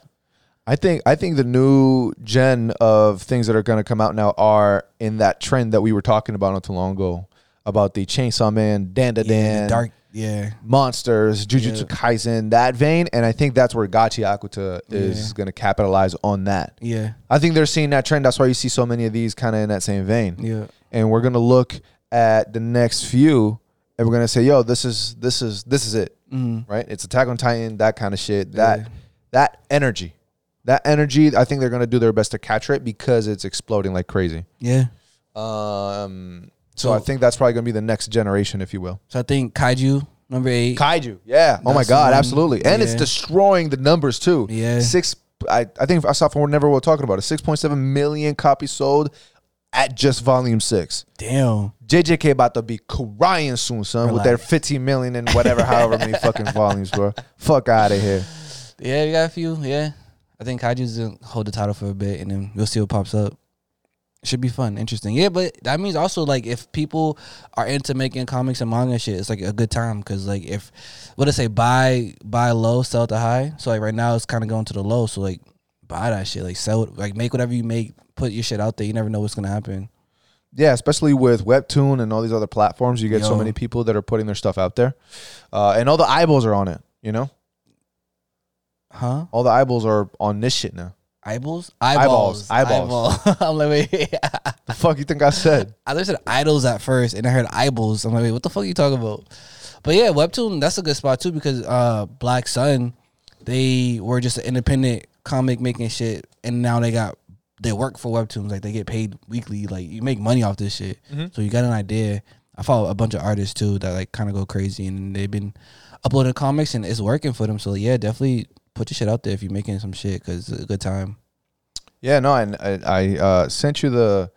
Speaker 1: I think I think the new gen of things that are going to come out now are in that trend that we were talking about not too long ago about the Chainsaw Man, Dandadan,
Speaker 2: Yeah, the dark, yeah,
Speaker 1: monsters, Jujutsu
Speaker 2: Yeah.
Speaker 1: Kaisen, that vein, and I think that's where Gachi Akuta is
Speaker 2: Yeah.
Speaker 1: going to capitalize on that.
Speaker 2: yeah,
Speaker 1: I think they're seeing that trend. That's why you see so many of these kind of in that same vein.
Speaker 2: yeah,
Speaker 1: And we're gonna look at the next few, and we're gonna say, "Yo, this is this is this is it,
Speaker 2: mm,
Speaker 1: right? It's Attack on Titan, that kind of shit. That
Speaker 2: Yeah.
Speaker 1: that energy, that energy. I think they're gonna do their best to capture it because it's exploding like crazy.
Speaker 2: yeah.
Speaker 1: Um, so,
Speaker 2: So-
Speaker 1: I think that's probably gonna be the next generation, if you will.
Speaker 2: So I think Kaiju number eight.
Speaker 1: Kaiju, yeah. Oh my
Speaker 2: That's
Speaker 1: god,
Speaker 2: the one.
Speaker 1: absolutely. And it's
Speaker 2: Yeah.
Speaker 1: destroying the numbers too.
Speaker 2: Yeah.
Speaker 1: Six I, I think I saw from whenever we are talking about it. Six point seven million copies sold at just volume six.
Speaker 2: Damn.
Speaker 1: JJK about to be crying soon, son, with their
Speaker 2: Relax.
Speaker 1: fifteen million and whatever however many fucking volumes, bro. Fuck out of here.
Speaker 2: Yeah, we got a few. Yeah, I think Kaiju's gonna hold the title for a bit, and then we'll see what pops up. Should be fun, interesting. Yeah, but that means also like if people are into making comics and manga and shit, it's like a good time because like if what I say, buy buy low, sell at the high. So like right now it's kind of going to the low. So like buy that shit, like sell it, like make whatever you make, put your shit out there. You never know what's gonna happen.
Speaker 1: Yeah, especially with Webtoon and all these other platforms, you get so
Speaker 2: Yo.
Speaker 1: many people that are putting their stuff out there. Uh, and all the eyeballs are on it, you know?
Speaker 2: Huh?
Speaker 1: All the eyeballs are on this shit now.
Speaker 2: Eyeballs?
Speaker 1: Eyeballs. Eyeballs.
Speaker 2: Eyeball. I'm like, wait.
Speaker 1: The fuck you think I said?
Speaker 2: I just said idols at first, and I heard eyeballs. I'm like, wait, what the fuck you talking about? But yeah, Webtoon, that's a good spot too because uh, Black Sun, they were just an independent comic making shit, and now they got they work for Webtoons, like they get paid weekly. Like you make money off this shit,
Speaker 1: Mm-hmm.
Speaker 2: so you got an idea. I follow a bunch of artists too that like kind of go crazy, and they've been uploading comics, and it's working for them. So yeah, definitely put your shit out there if you're making some shit because it's a good time.
Speaker 1: Yeah, no, and I, I uh, sent you the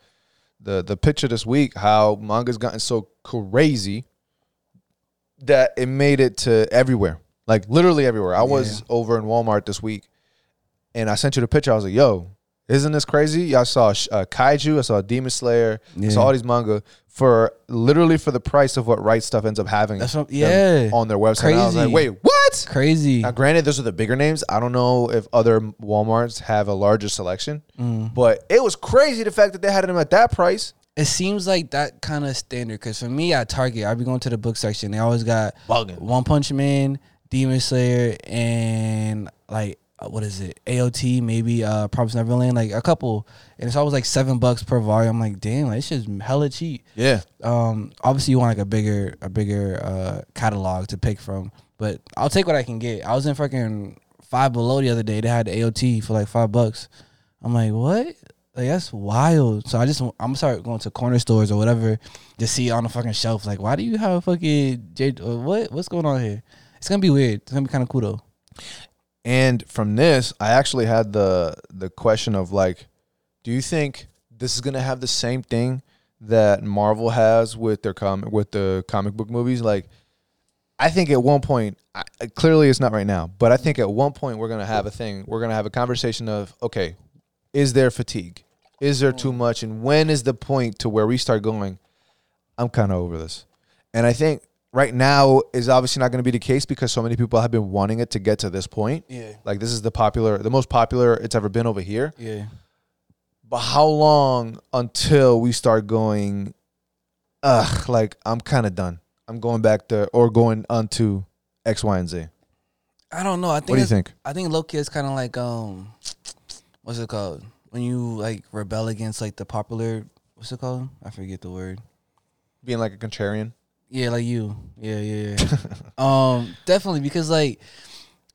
Speaker 1: the the picture this week how manga's gotten so crazy that it made it to everywhere, like literally everywhere. I was over in Walmart this week, and I sent you the picture. I was like, "Yo, isn't this crazy?" Yeah, I saw sh- uh, Kaiju, I saw Demon Slayer, I
Speaker 2: Yeah.
Speaker 1: saw all these manga for literally for the price of what Right Stuff ends up having
Speaker 2: That's what,
Speaker 1: them
Speaker 2: yeah,
Speaker 1: on their website. And I was like,
Speaker 2: Crazy.
Speaker 1: "Wait, what?"
Speaker 2: crazy.
Speaker 1: Now, granted, those are the bigger names. I don't know if other WalMarts have a larger selection, but it was crazy the fact that they had them at that price.
Speaker 2: it seems like that kind of standard. Because for me at Target, I be going to the book section. They always got
Speaker 1: Bugging.
Speaker 2: One Punch Man, Demon Slayer, and like uh, what is it? AOT, maybe uh Promise Neverland, like a couple. And it's always like seven bucks per volume. I'm like, damn, like, this shit's hella cheap.
Speaker 1: Yeah.
Speaker 2: Um, obviously you want like a bigger a bigger uh catalog to pick from, but I'll take what I can get. I was in fucking Five Below the other day. They had the AOT for like five bucks. I'm like, what? Like that's wild. So I just I'm sorry going to corner stores or whatever to see it on the fucking shelf. Like, why do you have fucking J? uh, What what's going on here? It's gonna be weird. It's gonna be kind of cool though.
Speaker 1: And from this, I actually had the the question of like, do you think this is gonna have the same thing that Marvel has with their com with the comic book movies? Like, I think at one point, I, clearly it's not right now, but I think at one point we're gonna have a thing. We're gonna have a conversation of okay, is there fatigue? Is there too much? And when is the point to where we start going? I'm kind of over this. And I think right now is obviously not going to be the case because so many people have been wanting it to get to this point.
Speaker 2: Yeah.
Speaker 1: Like this is the popular, the most popular it's ever been over here.
Speaker 2: Yeah.
Speaker 1: But how long until we start going, ugh, like I'm kind of done. I'm going back to or going onto X, Y, and Z.
Speaker 2: I don't know. I think
Speaker 1: What do you
Speaker 2: it's-
Speaker 1: think?
Speaker 2: I think low key is kind of like um, what's it called when you like rebel against like the popular what's it called? I forget the word.
Speaker 1: Being like a contrarian.
Speaker 2: Yeah, like you. Yeah, yeah, yeah. um, definitely because like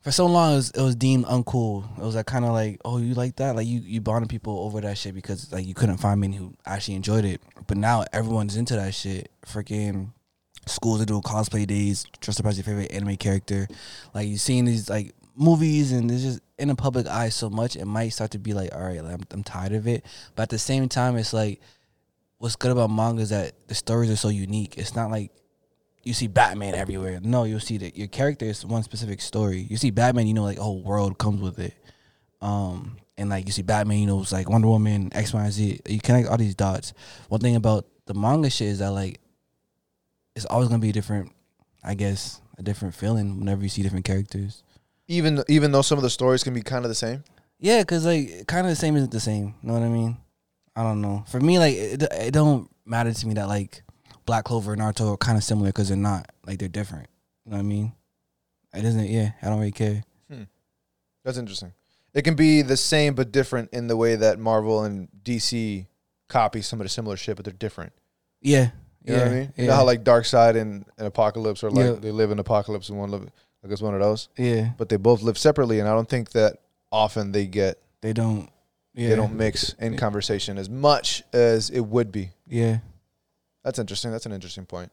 Speaker 2: for so long it was, it was deemed uncool. It was like kind of like oh you like that like you you bonded people over that shit because like you couldn't find many who actually enjoyed it. But now everyone's into that shit. Freaking schools are doing cosplay days. Dress up as your favorite anime character. Like you seeing these like movies and it's just in the public eye so much. It might start to be like all right, like, I'm, I'm tired of it. But at the same time, it's like what's good about manga is that the stories are so unique. It's not like you see Batman everywhere. No, you'll see that your character is one specific story. You see Batman, you know, like the whole world comes with it. Um, and like you see Batman, you know, it's like Wonder Woman, X, Y, and Z. You connect all these dots. One thing about the manga shit is that like it's always gonna be a different, I guess, a different feeling whenever you see different characters.
Speaker 1: Even even though some of the stories can be kind of the same.
Speaker 2: Yeah, cause like kind of the same isn't the same. You know what I mean? I don't know. For me, like it, it don't matter to me that like Black Clover and Naruto are kind of similar because they're not. Like they're different. You know what I mean? It doesn't. Yeah, I don't really care.
Speaker 1: That's interesting. It can be the same but different in the way that Marvel and DC copy some of the similar shit, but they're different.
Speaker 2: Yeah.
Speaker 1: You
Speaker 2: yeah,
Speaker 1: know what I mean?
Speaker 2: Yeah.
Speaker 1: You know how like Dark Side and, and Apocalypse are like
Speaker 2: Yeah.
Speaker 1: they live in Apocalypse and one live like it's one of those.
Speaker 2: yeah.
Speaker 1: But they both live separately and I don't think that often they get
Speaker 2: They don't. Yeah.
Speaker 1: they don't mix in conversation as much as it would be.
Speaker 2: Yeah.
Speaker 1: That's interesting. That's an interesting point.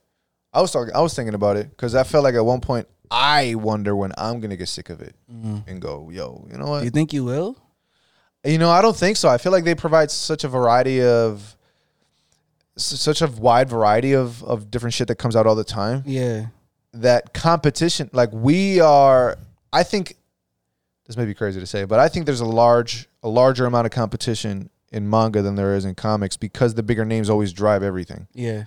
Speaker 1: I was talking I was thinking about it because I felt like at one point I wonder when I'm gonna get sick of it
Speaker 2: Mhm.
Speaker 1: and go, yo, you know what?
Speaker 2: You think you will?
Speaker 1: You know, I don't think so. I feel like they provide such a variety of s- such a wide variety of of different shit that comes out all the time
Speaker 2: Yeah.
Speaker 1: that competition like we are I think this may be crazy to say, but I think there's a large a larger amount of competition in manga than there is in comics because the bigger names always drive everything.
Speaker 2: Yeah.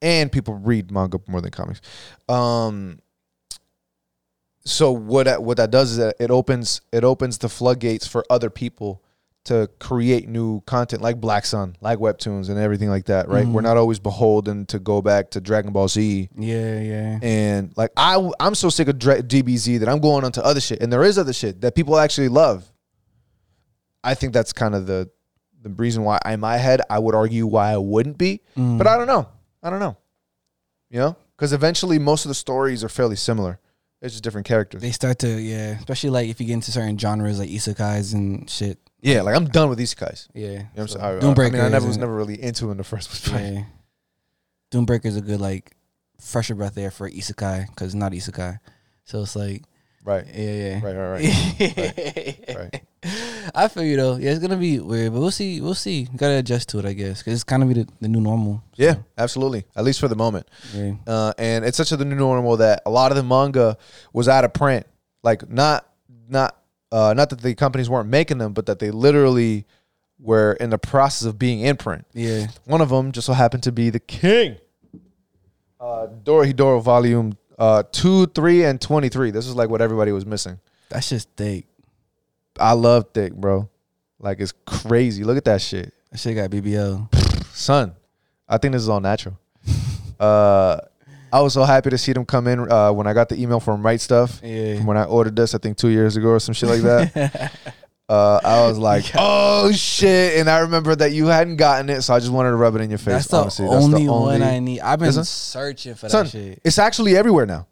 Speaker 1: And people read manga more than comics. Um so what that, what that does is that it opens it opens the floodgates for other people to create new content like Black Sun, like webtoons and everything like that, right? We're not always beholden to go back to Dragon Ball Z
Speaker 2: Yeah. Yeah.
Speaker 1: and like I I'm so sick of Dre- DBZ that I'm going on to other shit and there is other shit that people actually love. I think that's kind of the the reason why in my head I would argue why I wouldn't be, but I don't know. I don't know. You know? Cuz eventually most of the stories are fairly similar. It's just different characters.
Speaker 2: They start to. Yeah. Especially like if you get into certain genres like isekais and shit.
Speaker 1: Yeah, like I'm done with these guys.
Speaker 2: Yeah.
Speaker 1: You know what
Speaker 2: so-
Speaker 1: I'm saying? I, I, I
Speaker 2: Doombreaker
Speaker 1: mean, I never
Speaker 2: isn't-
Speaker 1: was never really into in the first place. but-
Speaker 2: Yeah. Doombreaker is a good like fresher breath there for isekai because not isekai. So it's like
Speaker 1: Right.
Speaker 2: yeah, yeah.
Speaker 1: Right, right, right. right.
Speaker 2: I feel you though. Yeah, it's gonna be weird, but we'll see. We'll see. Got to adjust to it, I guess, because it's kind of be the, the new normal.
Speaker 1: Yeah, absolutely. At least for the moment.
Speaker 2: Yeah.
Speaker 1: uh, and it's such a new normal that a lot of the manga was out of print. Like not not uh, not that the companies weren't making them, but that they literally were in the process of being in print.
Speaker 2: Yeah.
Speaker 1: One of them just so happened to be the King, uh, Dorohedoro Volume uh, Two, Three, and Twenty Three. This is like what everybody was missing.
Speaker 2: That's just thick.
Speaker 1: I love thick, bro. Like it's crazy. Look at that shit.
Speaker 2: That shit got BBL.
Speaker 1: son, I think this is all natural. uh, I was so happy to see them come in uh, when I got the email from Right Stuff.
Speaker 2: Yeah.
Speaker 1: From when I ordered this, I think two years ago or some shit like that. uh, I was like, oh shit. And I remember that you hadn't gotten it, so I just wanted to rub it in your face.
Speaker 2: That's
Speaker 1: honestly.
Speaker 2: the, only one I need. I've been
Speaker 1: Isn't-
Speaker 2: searching for that
Speaker 1: Son,
Speaker 2: shit.
Speaker 1: it's actually everywhere now.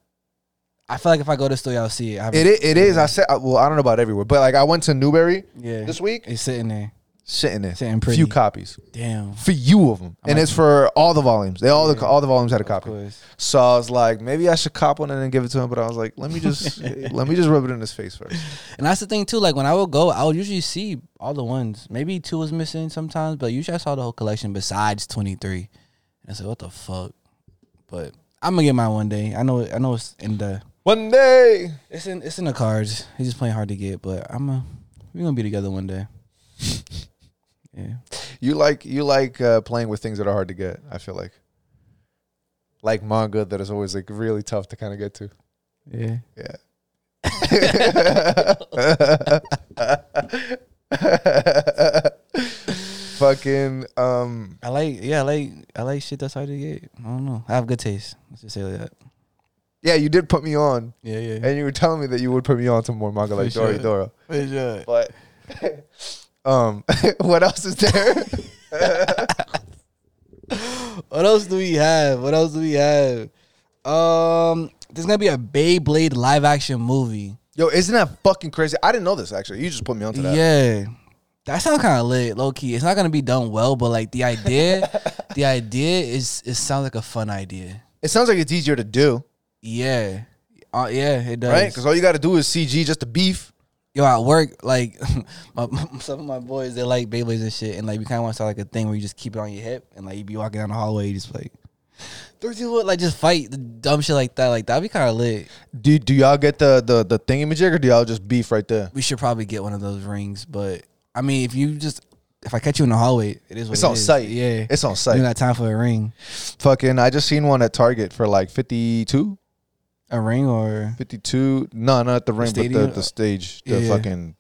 Speaker 2: I feel like if I go to the store, y'all see it. I
Speaker 1: It i- it is. I said. I- Well, I don't know about everywhere, but like I went to Newberry
Speaker 2: Yeah.
Speaker 1: this week.
Speaker 2: It's sitting there.
Speaker 1: Sitting there,
Speaker 2: Sitting pretty.
Speaker 1: few copies,
Speaker 2: Damn.
Speaker 1: few of them, and it's for all the volumes. They all the all the volumes had a copy.
Speaker 2: course.
Speaker 1: So I was like, maybe I should cop one and then give it to him. But I was like, let me just let me just rub it in his face first.
Speaker 2: And that's the thing too. Like when I would go, I would usually see all the ones. Maybe two was missing sometimes, but usually I saw the whole collection besides twenty three. And I said, "What the fuck?" But I'm gonna get mine one day. I know. I know it's in the
Speaker 1: One day,
Speaker 2: it's in it's in the cards. He's just playing hard to get, but I'm a we're gonna be together one day. yeah.
Speaker 1: you like you like uh, playing with things that are hard to get. I feel like like manga that is always like really tough to kind of get to.
Speaker 2: Yeah.
Speaker 1: Yeah. Fucking um
Speaker 2: I like yeah, I like I like shit that's hard to get. I don't know. I have good taste. Let's just say like that.
Speaker 1: yeah, you did put me on
Speaker 2: Yeah, yeah.
Speaker 1: and you were telling me that you would put me on to more manga
Speaker 2: For
Speaker 1: like
Speaker 2: sure.
Speaker 1: Dory Dora.
Speaker 2: For sure.
Speaker 1: But um what else is there?
Speaker 2: What else do we have? What else do we have? Um, there's gonna be a Beyblade live action movie.
Speaker 1: Yo, isn't that fucking crazy? I didn't know this actually. You just put me onto that.
Speaker 2: Yeah, that sounds kind of lit, low key. It's not gonna be done well, but like the idea, the idea is it sounds like a fun idea.
Speaker 1: It sounds like it's easier to do,
Speaker 2: Yeah, uh, yeah, it does.
Speaker 1: right? Because all you got to do is CG just the beef.
Speaker 2: yo, at work, like my, some of my boys, they like Beyblades and shit, and like we kind of want to start like a thing where you just keep it on your hip, and like you be walking down the hallway, you just like, there's people like just fight dumb shit like that, like that'd be kind of lit.
Speaker 1: Do do y'all get the the the thingamajig or do y'all just beef right there?
Speaker 2: We should probably get one of those rings, but I mean, if you just if I catch you in the hallway, it is what
Speaker 1: It's
Speaker 2: it
Speaker 1: on
Speaker 2: is.
Speaker 1: site.
Speaker 2: Yeah,
Speaker 1: It's on
Speaker 2: you
Speaker 1: site.
Speaker 2: got time for a ring,
Speaker 1: Fucking, I just seen one at Target for like 52,
Speaker 2: a ring or
Speaker 1: 52. No, not the ring, but
Speaker 2: Stadium?
Speaker 1: the, the stage, the
Speaker 2: Yeah.
Speaker 1: fucking,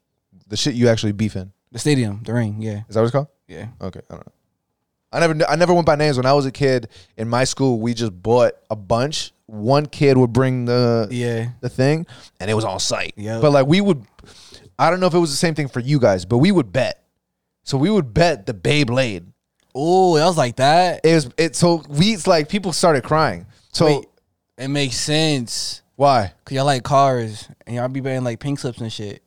Speaker 1: the shit you actually beef in.
Speaker 2: the stadium, the ring. Yeah,
Speaker 1: Is that what it's called?
Speaker 2: yeah.
Speaker 1: Okay, I don't know. I never, kn- I never went by names. When I was a kid in my school, we just bought a bunch. One kid would bring the
Speaker 2: Yeah,
Speaker 1: the thing, and it was on site.
Speaker 2: Yep.
Speaker 1: But like we would, I don't know if it was the same thing for you guys, but we would bet. So we would bet the Beyblade.
Speaker 2: oh, that was like that.
Speaker 1: It was it. So we it's like people started crying. So
Speaker 2: Wait, it makes sense.
Speaker 1: why?
Speaker 2: Cause y'all like cars and y'all be wearing like pink slips and shit.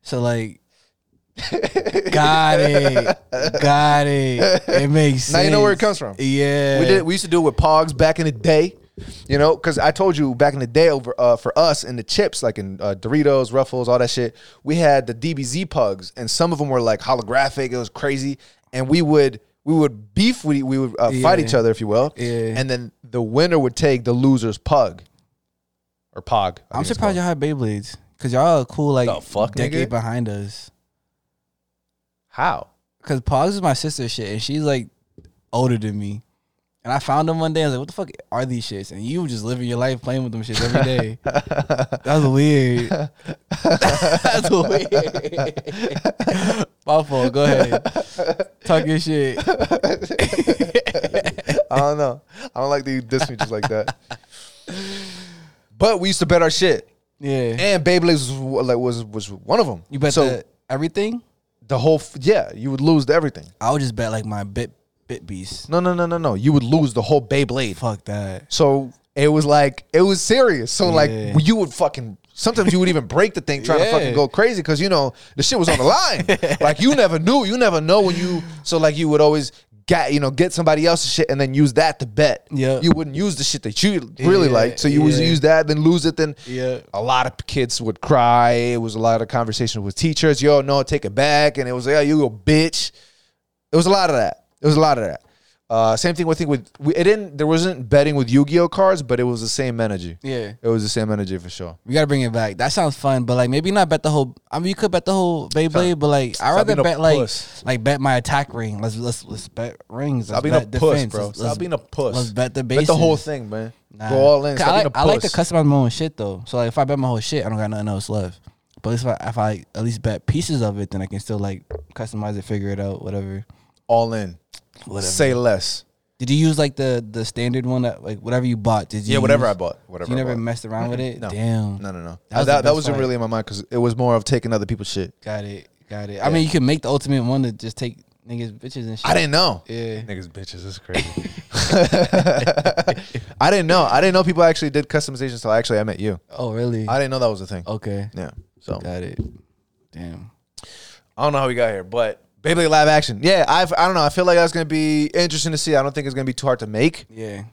Speaker 2: so like Got it. Got it. It makes sense.
Speaker 1: Now you know where it comes from.
Speaker 2: Yeah.
Speaker 1: We did. We used to do it with Pogs back in the day. You know, because I told you back in the day, over uh, for us and the chips, like in uh, Doritos, Ruffles, all that shit, we had the DBZ pugs, and some of them were like holographic. It was crazy, and we would we would beef. We we would uh, fight
Speaker 2: Yeah.
Speaker 1: each other, if you will.
Speaker 2: Yeah.
Speaker 1: And then the winner would take the loser's pug, or pog. I
Speaker 2: I'm
Speaker 1: think it's called.
Speaker 2: surprised y'all had Beyblades. Cause y'all are cool like
Speaker 1: The fuck,
Speaker 2: decade
Speaker 1: nigga?
Speaker 2: behind us.
Speaker 1: How?
Speaker 2: Cause Pogs is my sister's shit and she's like older than me. And I found them one day. I was like, "What the fuck are these shits?" And you were just living your life playing with them shits every day. that was weird. That's weird. My fault. Go ahead. Talk your shit.
Speaker 1: I don't know. I don't like that you diss me just like that. But we used to bet our shit.
Speaker 2: Yeah.
Speaker 1: and Beyblades was like was was one of them.
Speaker 2: You bet
Speaker 1: so
Speaker 2: the, everything.
Speaker 1: the whole f- yeah, you would lose everything.
Speaker 2: I would just bet like my bit bit beast.
Speaker 1: No, no, no, no, no. You would lose the whole Beyblade.
Speaker 2: Fuck that.
Speaker 1: So it was like it was serious. So
Speaker 2: Yeah.
Speaker 1: like you would fucking sometimes you would even break the thing trying to
Speaker 2: Yeah.
Speaker 1: fucking go crazy because you know the shit was on the line. like you never knew, you never know when you. So like you would always. Get, you know, get somebody else's shit and then use that to bet.
Speaker 2: Yeah.
Speaker 1: You wouldn't use the shit that you really
Speaker 2: Yeah,
Speaker 1: like. So you would
Speaker 2: yeah.
Speaker 1: use that, then lose it, then
Speaker 2: Yeah.
Speaker 1: a lot of kids would cry. It was a lot of conversation with teachers. Yo, no, take it back. And it was like, oh, you go, bitch. It was a lot of that. It was a lot of that. Uh, same thing. I think with we, it didn't. There wasn't betting with Yu-Gi-Oh cards, but it was the same energy.
Speaker 2: Yeah.
Speaker 1: It was the same energy for sure.
Speaker 2: We gotta bring it back. That sounds fun, but like maybe not bet the whole. I mean, you could bet the whole Beyblade, but like I
Speaker 1: Stop
Speaker 2: rather
Speaker 1: being a
Speaker 2: bet like
Speaker 1: puss.
Speaker 2: like bet my attack ring. Let's let's let's bet rings. Let's
Speaker 1: Stop being a
Speaker 2: bet
Speaker 1: puss,
Speaker 2: defense.
Speaker 1: bro.
Speaker 2: Let's,
Speaker 1: Stop
Speaker 2: let's-
Speaker 1: being a puss.
Speaker 2: Let's bet the
Speaker 1: Bet
Speaker 2: base.
Speaker 1: the whole thing, man. Go all in. Stop
Speaker 2: I like,
Speaker 1: being a
Speaker 2: I like to
Speaker 1: puss.
Speaker 2: customize my own shit though. So like if I bet my whole shit, I don't got nothing else left. But if I if I at least bet pieces of it, then I can still like customize it, figure it out, whatever.
Speaker 1: all in.
Speaker 2: Whatever.
Speaker 1: Say less.
Speaker 2: Did you use like the the standard one that like whatever you bought? Did you?
Speaker 1: Yeah, whatever
Speaker 2: use-
Speaker 1: I bought. Whatever.
Speaker 2: You
Speaker 1: I
Speaker 2: never
Speaker 1: bought.
Speaker 2: messed around with it.
Speaker 1: No.
Speaker 2: Damn.
Speaker 1: No, no, no.
Speaker 2: That was the
Speaker 1: that, that
Speaker 2: best
Speaker 1: wasn't
Speaker 2: fight.
Speaker 1: really in my mind because it was more of taking other people's shit.
Speaker 2: Got it. Got it. I mean, you can make the ultimate one to just take niggas bitches and shit.
Speaker 1: I didn't know.
Speaker 2: yeah.
Speaker 1: Niggas, bitches, it's crazy. I didn't know. I didn't know people actually did customizations until actually I met you.
Speaker 2: Oh, really?
Speaker 1: I didn't know that was a thing.
Speaker 2: okay.
Speaker 1: Yeah. So
Speaker 2: Got it. Damn.
Speaker 1: I don't know how we got here, but Beyblade live action. Yeah, I've I don't know. I feel like that's gonna be interesting to see. I don't think it's gonna be too hard to make.
Speaker 2: Yeah.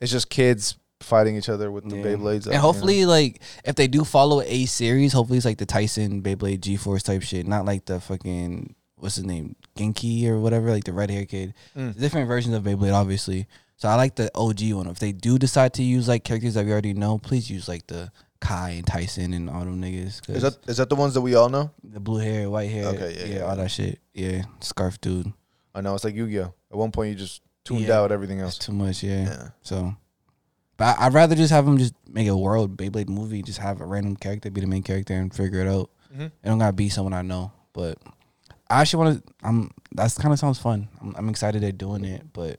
Speaker 1: It's just kids fighting each other with the
Speaker 2: Yeah.
Speaker 1: Beyblades. up, you
Speaker 2: And hopefully, like, if they do follow a series, hopefully it's like the Tyson Beyblade G Force type shit, not like the fucking what's his name Genki or whatever, like the red hair kid.
Speaker 1: Mm.
Speaker 2: Different versions of Beyblade, obviously. So I like the OG one. If they do decide to use like characters that we already know, please use like the Kai and Tyson and all them niggas.
Speaker 1: know? is
Speaker 2: 'cause
Speaker 1: that is that the ones that we all know?
Speaker 2: the blue hair, white hair,
Speaker 1: Okay, yeah,
Speaker 2: yeah,
Speaker 1: yeah.
Speaker 2: all that shit, yeah, scarf dude,
Speaker 1: I know it's like Yu Gi Oh. At one point, you just tuned
Speaker 2: Yeah.
Speaker 1: out everything
Speaker 2: it's
Speaker 1: else.
Speaker 2: too much, yeah.
Speaker 1: Yeah.
Speaker 2: So, but I, I'd rather just have them just make a world Beyblade movie, just have a random character be the main character and figure it out.
Speaker 1: Mhm.
Speaker 2: It don't gotta be someone I know, but I actually want to. I'm that's kind of sounds fun. I'm, I'm excited they're doing it, but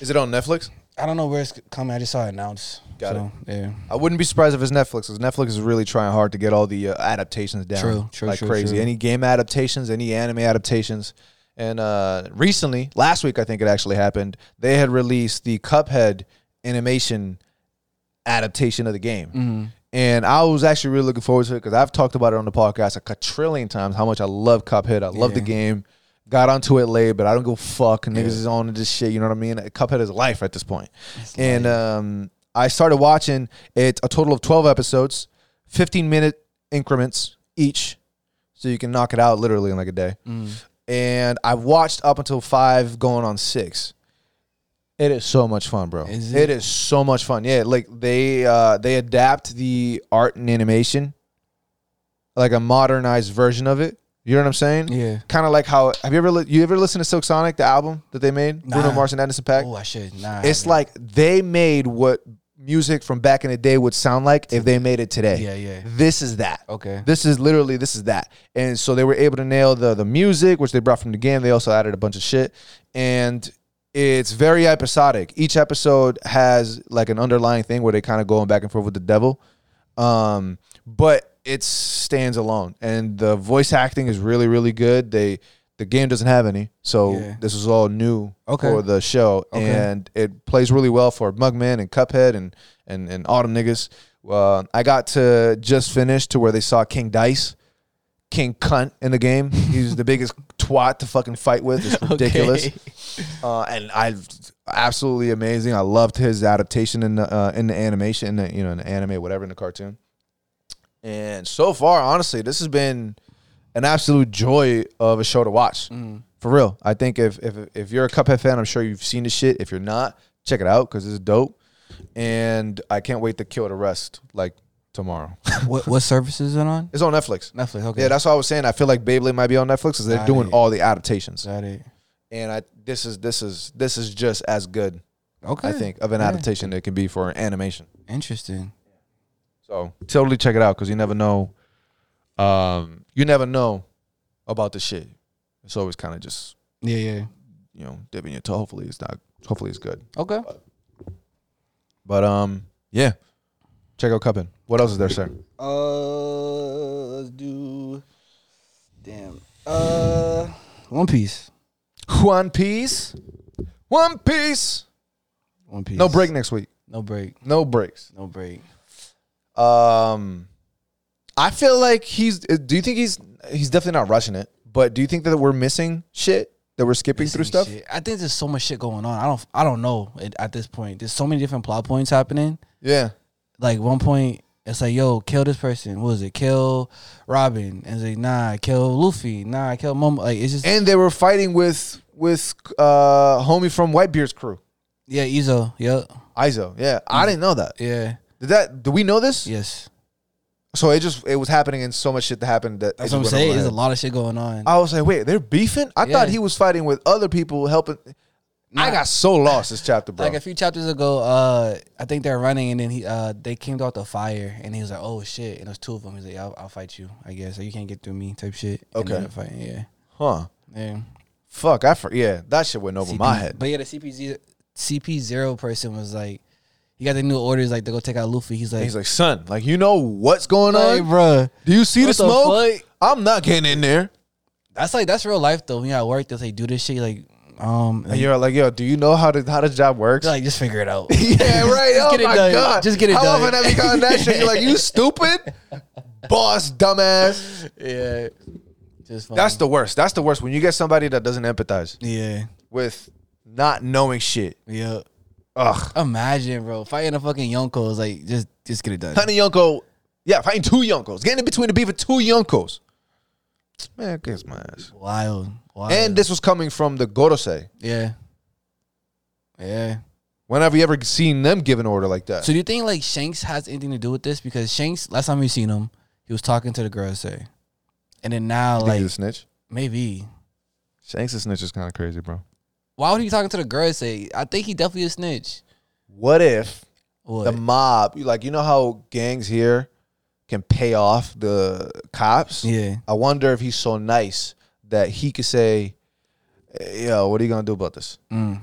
Speaker 1: Is it on Netflix?
Speaker 2: I don't know where it's coming. I just saw it announced.
Speaker 1: Got
Speaker 2: so, it. Yeah.
Speaker 1: I wouldn't be surprised if it's Netflix, because Netflix is really trying hard to get all the uh, adaptations down,
Speaker 2: True, true,
Speaker 1: like
Speaker 2: true,
Speaker 1: crazy.
Speaker 2: true.
Speaker 1: Any game adaptations, any anime adaptations, and uh, recently, last week I think it actually happened, they had released the Cuphead animation adaptation of the game,
Speaker 2: Mm-hmm.
Speaker 1: and I was actually really looking forward to it because I've talked about it on the podcast a trillion times how much I love Cuphead. I love the
Speaker 2: Yeah.
Speaker 1: game. Got onto it late, but I don't go fuck. Niggas
Speaker 2: Yeah.
Speaker 1: is on to this shit. You know what I mean? Cuphead is life at this point and um, I started watching it a total of 12 episodes, 15 minute increments each. So you can knock it out literally in like a day.
Speaker 2: Mm.
Speaker 1: And I watched up until five, going on six. It is so much fun, bro.
Speaker 2: Is
Speaker 1: it is so much fun. Yeah, like they uh, they adapt the art and animation, like a modernized version of it. You know what I'm saying?
Speaker 2: yeah.
Speaker 1: Kind of like how have you ever li- you ever listened to Silk Sonic, the album that they made, Bruno
Speaker 2: Nah.
Speaker 1: Mars and Anderson Paak?
Speaker 2: Oh, I should. Nah. I
Speaker 1: It's
Speaker 2: haven't.
Speaker 1: like they made what music from back in the day would sound like if they made it today.
Speaker 2: Yeah, yeah.
Speaker 1: This is that.
Speaker 2: Okay.
Speaker 1: This is literally this is that. And so they were able to nail the the music, which they brought from the game. They also added a bunch of shit. And it's very episodic. Each episode has like an underlying thing where they kind of going back and forth with the devil. Um, but it stands alone. And the voice acting is really, really good. They the game doesn't have any. So
Speaker 2: Yeah.
Speaker 1: this is all new
Speaker 2: Okay.
Speaker 1: for the show.
Speaker 2: Okay.
Speaker 1: And it plays really well for Mugman and Cuphead and and, and Autumn niggas. Uh, I got to just finish to where they saw King Dice, King Cunt in the game. He's the biggest twat to fucking fight with. It's ridiculous.
Speaker 2: Okay.
Speaker 1: Uh, and I absolutely amazing. I loved his adaptation in the uh, in the animation, in the, you know, in the anime, whatever, in the cartoon. And so far, honestly, this has been an absolute joy of a show to watch. For real, I think if if if you're a Cuphead fan, I'm sure you've seen the shit. If you're not, check it out because it's dope. And I can't wait to kill the rest like tomorrow.
Speaker 2: what what service is it on?
Speaker 1: it's on Netflix.
Speaker 2: Netflix. Okay.
Speaker 1: Yeah, that's what I was saying. I feel like Beyblade might be on Netflix because they're
Speaker 2: Got
Speaker 1: doing
Speaker 2: it.
Speaker 1: all the adaptations.
Speaker 2: Got it.
Speaker 1: And I this is this is this is just as good.
Speaker 2: Okay.
Speaker 1: I think, of an
Speaker 2: Yeah.
Speaker 1: adaptation that can be for an animation.
Speaker 2: Interesting.
Speaker 1: So totally check it out because you never know. Um, you never know about the shit. It's always kind of just
Speaker 2: Yeah, yeah.
Speaker 1: you know dipping your toe. Hopefully it's not. Hopefully it's good.
Speaker 2: Okay.
Speaker 1: But um, yeah. Check out Cuphead. What else is there, sir?
Speaker 2: Uh, let's do. Damn. Uh, One Piece.
Speaker 1: One Piece. One Piece.
Speaker 2: One Piece.
Speaker 1: No break next week.
Speaker 2: No break.
Speaker 1: No breaks.
Speaker 2: No break.
Speaker 1: Um, I feel like he's. uh, Do you think he's? He's definitely not rushing it. But do you think that we're missing shit? That we're skipping through stuff?
Speaker 2: Shit. I think there's so much shit going on. I don't. I don't know at, at this point. There's so many different plot points happening.
Speaker 1: Yeah.
Speaker 2: Like one point, it's like, yo, kill this person. What was it? Kill Robin. And it's like, nah, kill Luffy. Nah, kill Momo. Like it's just
Speaker 1: and they were fighting with with uh homie from Whitebeard's crew,
Speaker 2: yeah, Izo. Yep.
Speaker 1: Izo. Yeah,
Speaker 2: Mm-hmm.
Speaker 1: I didn't know that.
Speaker 2: Yeah.
Speaker 1: Did that? Do we know this?
Speaker 2: Yes.
Speaker 1: So it just it was happening, and so much shit that happened that
Speaker 2: That's
Speaker 1: it
Speaker 2: what I'm
Speaker 1: just went
Speaker 2: saying.
Speaker 1: over my
Speaker 2: There's a
Speaker 1: head.
Speaker 2: lot of shit going on.
Speaker 1: I was like, wait, they're beefing. I
Speaker 2: Yeah.
Speaker 1: thought he was fighting with other people helping. I
Speaker 2: Nah.
Speaker 1: got so lost this chapter, bro.
Speaker 2: Like a few chapters ago, uh, I think they're running, and then he, uh, they came out the fire, and he was like, "Oh shit!" And there's two of them. He's like, "I'll, I'll fight you, I guess. Like, you can't get through me." Type shit. And
Speaker 1: Okay.
Speaker 2: they ended up fighting, yeah,
Speaker 1: huh?
Speaker 2: yeah.
Speaker 1: Fuck, I for- yeah, that shit went over
Speaker 2: CP
Speaker 1: my head.
Speaker 2: But yeah, the CP CP zero person was like, "He got the new orders, like to go take out Luffy." He's like,
Speaker 1: And he's like, son, like you know what's going
Speaker 2: "Hey,
Speaker 1: on?
Speaker 2: bruh,
Speaker 1: Do you see the
Speaker 2: what the
Speaker 1: smoke?
Speaker 2: fuck?"
Speaker 1: I'm not getting in there.
Speaker 2: That's like that's real life though. When you're at work, they'll say, "Do this shit." You're like, Um,
Speaker 1: And you're like, yo, do you know how the how this job works?
Speaker 2: like just figure it out.
Speaker 1: yeah, right.
Speaker 2: Just
Speaker 1: oh
Speaker 2: get it
Speaker 1: my
Speaker 2: done.
Speaker 1: god,
Speaker 2: Just get it
Speaker 1: how
Speaker 2: done.
Speaker 1: often have you gotten that shit? You're like, you stupid, boss, dumbass.
Speaker 2: yeah, just fun.
Speaker 1: That's the worst. That's the worst when you get somebody that doesn't empathize
Speaker 2: yeah,
Speaker 1: with not knowing shit.
Speaker 2: yeah.
Speaker 1: Ugh,
Speaker 2: Imagine, bro, fighting a fucking Yonko is like just just get it done.
Speaker 1: honey, Yonko. Yeah, fighting two Yonkos, getting in between the beef of two Yonkos. Man, kiss my ass.
Speaker 2: Wild, wild.
Speaker 1: And this was coming from the Gorosei.
Speaker 2: yeah, yeah.
Speaker 1: When have you ever seen them give an order like that?
Speaker 2: So do you think like Shanks has anything to do with this? Because Shanks, last time we seen him, he was talking to the girl, say, and then now
Speaker 1: Think
Speaker 2: like
Speaker 1: he's a snitch.
Speaker 2: maybe
Speaker 1: Shanks a snitch is kind of crazy, bro.
Speaker 2: why would he be talking to the girl? Say, I think he definitely a snitch.
Speaker 1: What if
Speaker 2: What?
Speaker 1: the mob, you like, you know how gangs here can pay off the cops?
Speaker 2: yeah,
Speaker 1: I wonder if he's so nice that he could say, "Eh, "Yo, what are you gonna do about this?"
Speaker 2: mm.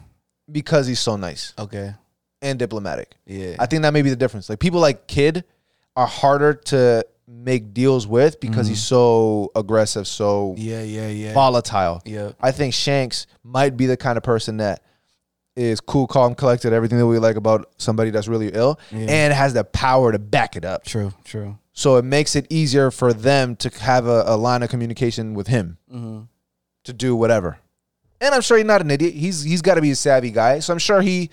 Speaker 1: Because he's so nice
Speaker 2: okay,
Speaker 1: and diplomatic.
Speaker 2: yeah,
Speaker 1: I think that may be the difference. Like people like Kid are harder to make deals with because he's so aggressive, so
Speaker 2: yeah, yeah, yeah,
Speaker 1: volatile.
Speaker 2: yeah.
Speaker 1: I think Shanks might be the kind of person that is cool, calm, collected, everything that we like about somebody that's really ill,
Speaker 2: Yeah.
Speaker 1: and has the power to back it up.
Speaker 2: True, true.
Speaker 1: So it makes it easier for them to have a, a line of communication with him
Speaker 2: Mm-hmm.
Speaker 1: to do whatever. And I'm sure he's not an idiot. He's he's got to be a savvy guy. So I'm sure he,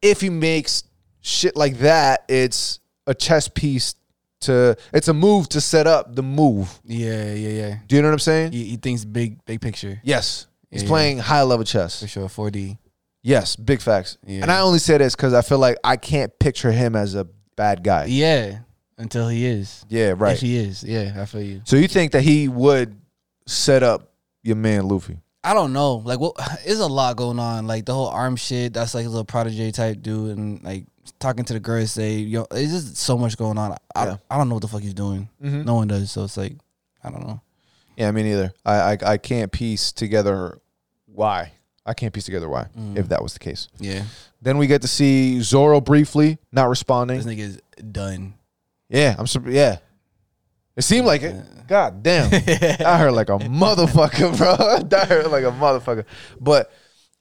Speaker 1: if he makes shit like that, it's a chess piece to it's a move to set up the move.
Speaker 2: Yeah, yeah, yeah.
Speaker 1: Do you know what I'm saying?
Speaker 2: He, he thinks big, big picture
Speaker 1: Yes, he's
Speaker 2: Yeah.
Speaker 1: playing high level chess.
Speaker 2: for sure. 4D.
Speaker 1: Yes, big facts.
Speaker 2: Yeah.
Speaker 1: And I only say this because I feel like I can't picture him as a bad guy. Yeah,
Speaker 2: Yeah, until he is.
Speaker 1: right.
Speaker 2: If he is, yeah, I feel you.
Speaker 1: so you think that he would set up your man Luffy?
Speaker 2: I don't know. Like, what is a lot going on? Like the whole arm shit. That's like a little protege type dude, and like talking to the girl. Say, yo, it's just so much going on. I,
Speaker 1: Yeah.
Speaker 2: I don't know what the fuck he's doing.
Speaker 1: Mm-hmm.
Speaker 2: No one does. So it's like, I don't know.
Speaker 1: Yeah, me neither. I, I I can't piece together why. I can't piece together why
Speaker 2: Mm.
Speaker 1: if that was the case.
Speaker 2: Yeah,
Speaker 1: Then we get to see Zoro briefly not responding.
Speaker 2: this nigga is done.
Speaker 1: Yeah, I'm sur- yeah. It seemed like it. God damn. I heard like a motherfucker, bro. That hurt like a motherfucker. But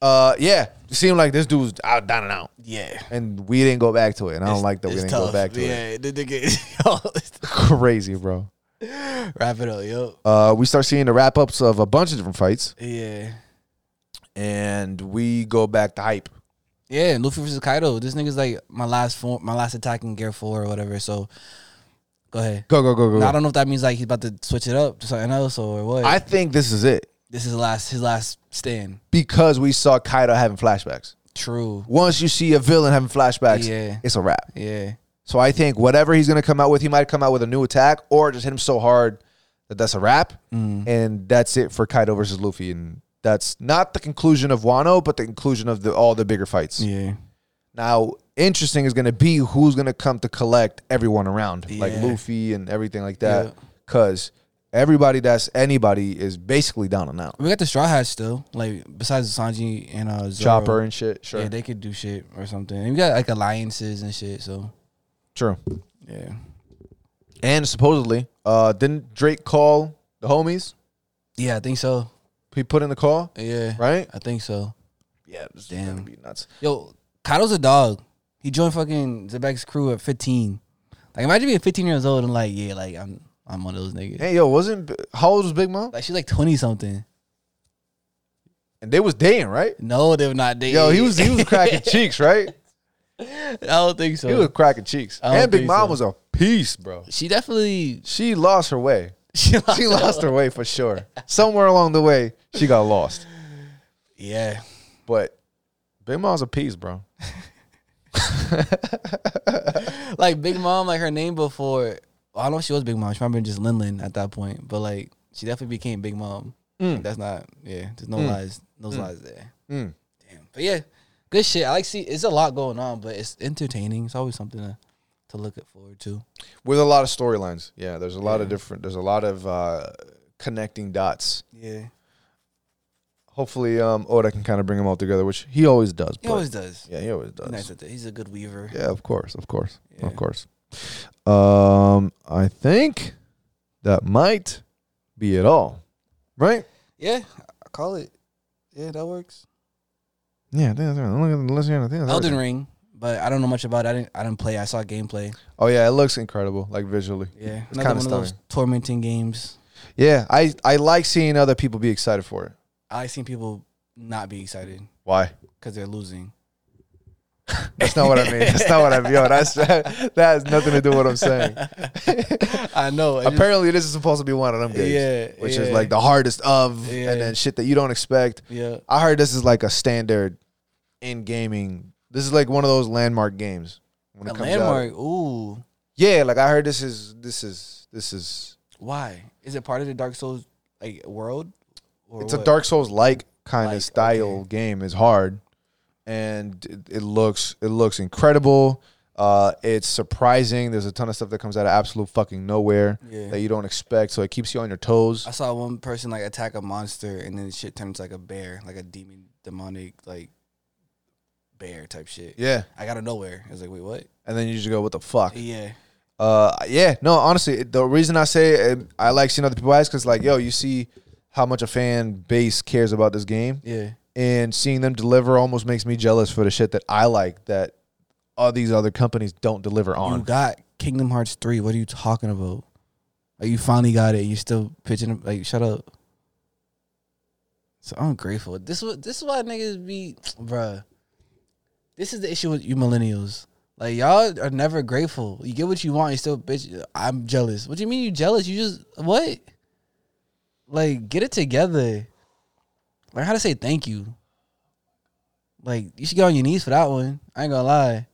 Speaker 1: uh yeah, it seemed like this dude was out down and out.
Speaker 2: Yeah.
Speaker 1: and we didn't go back to it. And I don't like that we
Speaker 2: It's
Speaker 1: didn't
Speaker 2: tough.
Speaker 1: go back to it.
Speaker 2: yeah, the nigga is-
Speaker 1: Crazy, bro.
Speaker 2: Wrap it up, yo.
Speaker 1: Uh, we start seeing the wrap ups of a bunch of different fights,
Speaker 2: Yeah.
Speaker 1: and we go back to hype.
Speaker 2: Yeah, and Luffy versus Kaido. This nigga's like my last form, my last attack in Gear Four or whatever. So, go ahead.
Speaker 1: Go go go go.
Speaker 2: Now, I
Speaker 1: go.
Speaker 2: don't know if that means like he's about to switch it up to something else or what.
Speaker 1: I think this is it
Speaker 2: this is last his last stand.
Speaker 1: because we saw Kaido having flashbacks.
Speaker 2: True.
Speaker 1: Once you see a villain having flashbacks,
Speaker 2: Yeah.
Speaker 1: it's a wrap.
Speaker 2: Yeah.
Speaker 1: So I think whatever he's gonna come out with, he might come out with a new attack or just hit him so hard that that's a wrap,
Speaker 2: Mm.
Speaker 1: and that's it for Kaido versus Luffy. And that's not the conclusion of Wano, but the conclusion of the, all the bigger fights.
Speaker 2: Yeah.
Speaker 1: Now, interesting is going to be who's going to come to collect everyone around, like
Speaker 2: Yeah.
Speaker 1: Luffy and everything like that,
Speaker 2: Yeah.
Speaker 1: because everybody that's anybody is basically down and out.
Speaker 2: We got the Straw Hats still. Like besides Sanji and uh Zoro.
Speaker 1: Chopper and shit. Sure,
Speaker 2: Yeah, they could do shit or something. And we got like alliances and shit. So
Speaker 1: true.
Speaker 2: yeah.
Speaker 1: And supposedly, uh, didn't Drake call the homies?
Speaker 2: Yeah, I think so.
Speaker 1: He put in the call,
Speaker 2: Yeah.
Speaker 1: right?
Speaker 2: I think so.
Speaker 1: Yeah, this is
Speaker 2: Damn.
Speaker 1: gonna be nuts.
Speaker 2: Yo, Kaido's a dog. He joined fucking Zebek's crew at 15. Like, imagine being 15 years old and like, yeah, like I'm, I'm one of those niggas.
Speaker 1: Hey, yo, wasn't how old was Big Mom?
Speaker 2: Like, she's like 20 something.
Speaker 1: And they was dating, right?
Speaker 2: No, they were not dating.
Speaker 1: Yo, he was he was cracking cheeks, right?
Speaker 2: I don't think so.
Speaker 1: He was cracking cheeks.
Speaker 2: I don't
Speaker 1: And Big
Speaker 2: think
Speaker 1: Mom
Speaker 2: so.
Speaker 1: was a piece, bro.
Speaker 2: she definitely.
Speaker 1: She lost her way.
Speaker 2: She
Speaker 1: she lost her way for sure. Somewhere along the way, she got lost.
Speaker 2: Yeah.
Speaker 1: But Big Mom's a piece, bro.
Speaker 2: Like, Big Mom, like her name before. I don't know if she was Big Mom. She might have been just Lin Lin at that point. But like, she definitely became Big Mom.
Speaker 1: Mm.
Speaker 2: That's not, yeah, there's no lies. No lies there.
Speaker 1: Mm.
Speaker 2: Damn. But yeah, good shit. I like see it's a lot going on, but it's entertaining. It's always something to, to look forward to.
Speaker 1: With a lot of storylines. Yeah, there's a lot of different, there's a lot of uh, connecting dots.
Speaker 2: Yeah.
Speaker 1: Hopefully, um, Oda can kind of bring them all together, which he always does.
Speaker 2: He
Speaker 1: but-
Speaker 2: always does.
Speaker 1: yeah, he always does.
Speaker 2: Nice at that. He's a good weaver.
Speaker 1: Yeah, of course, of course,
Speaker 2: Yeah.
Speaker 1: of course. Um, I think that might be it all, right?
Speaker 2: Yeah, I call it. Yeah, that works.
Speaker 1: Yeah, unless you're anything.
Speaker 2: Elden Ring, but I don't know much about. it. I didn't. I didn't play. I saw gameplay.
Speaker 1: Oh yeah, it looks incredible, like visually.
Speaker 2: Yeah,
Speaker 1: It's kinda
Speaker 2: another one of those
Speaker 1: stunning.
Speaker 2: tormenting games.
Speaker 1: Yeah, I I like seeing other people be excited for it.
Speaker 2: I like seeing people not be excited
Speaker 1: Why?
Speaker 2: because they're losing.
Speaker 1: That's not what I mean. That's not what I mean. Yo, that's that has nothing to do with what I'm saying.
Speaker 2: I know. it just-
Speaker 1: Apparently, this is supposed to be one of them games,
Speaker 2: Yeah,
Speaker 1: which is
Speaker 2: yeah.
Speaker 1: like the hardest of,
Speaker 2: Yeah.
Speaker 1: and then shit that you don't expect.
Speaker 2: yeah.
Speaker 1: I heard this is like a standard in gaming. This is like one of those landmark games when it
Speaker 2: A
Speaker 1: comes out.
Speaker 2: landmark. Ooh.
Speaker 1: Yeah, like I heard this is this is this is
Speaker 2: Why is it part of the Dark Souls like world? Or
Speaker 1: it's a
Speaker 2: what?
Speaker 1: Dark Souls like kind
Speaker 2: Like,
Speaker 1: of style
Speaker 2: okay.
Speaker 1: game. It's hard, and it, it looks it looks incredible. Uh, it's surprising. There's a ton of stuff that comes out of absolute fucking nowhere
Speaker 2: Yeah.
Speaker 1: that you don't expect. So it keeps you on your toes.
Speaker 2: I saw one person like attack a monster and then shit turned into like a bear, like a demon, demonic, like bear type shit.
Speaker 1: Yeah,
Speaker 2: Like out of nowhere. I was like, wait, what?
Speaker 1: and then you just go, "What the fuck?"
Speaker 2: Yeah.
Speaker 1: Uh, yeah, no, honestly, it- the reason I say it, I like seeing other people ask because, like, yo, you see how much a fan base cares about this game,
Speaker 2: Yeah.
Speaker 1: and seeing them deliver almost makes me jealous for the shit that I like that all these other companies don't deliver
Speaker 2: You
Speaker 1: on.
Speaker 2: got Kingdom Hearts three. What are you talking about? Like you finally got it. You still pitching like shut up. So ungrateful. This was this is why niggas be bruh. This is the issue with you millennials. Like y'all are never grateful. You get what you want, you still bitch. I'm jealous. What do you mean you jealous? You just what? Like get it together. Learn how to say thank you. Like you should get on your knees for that one. I ain't gonna lie.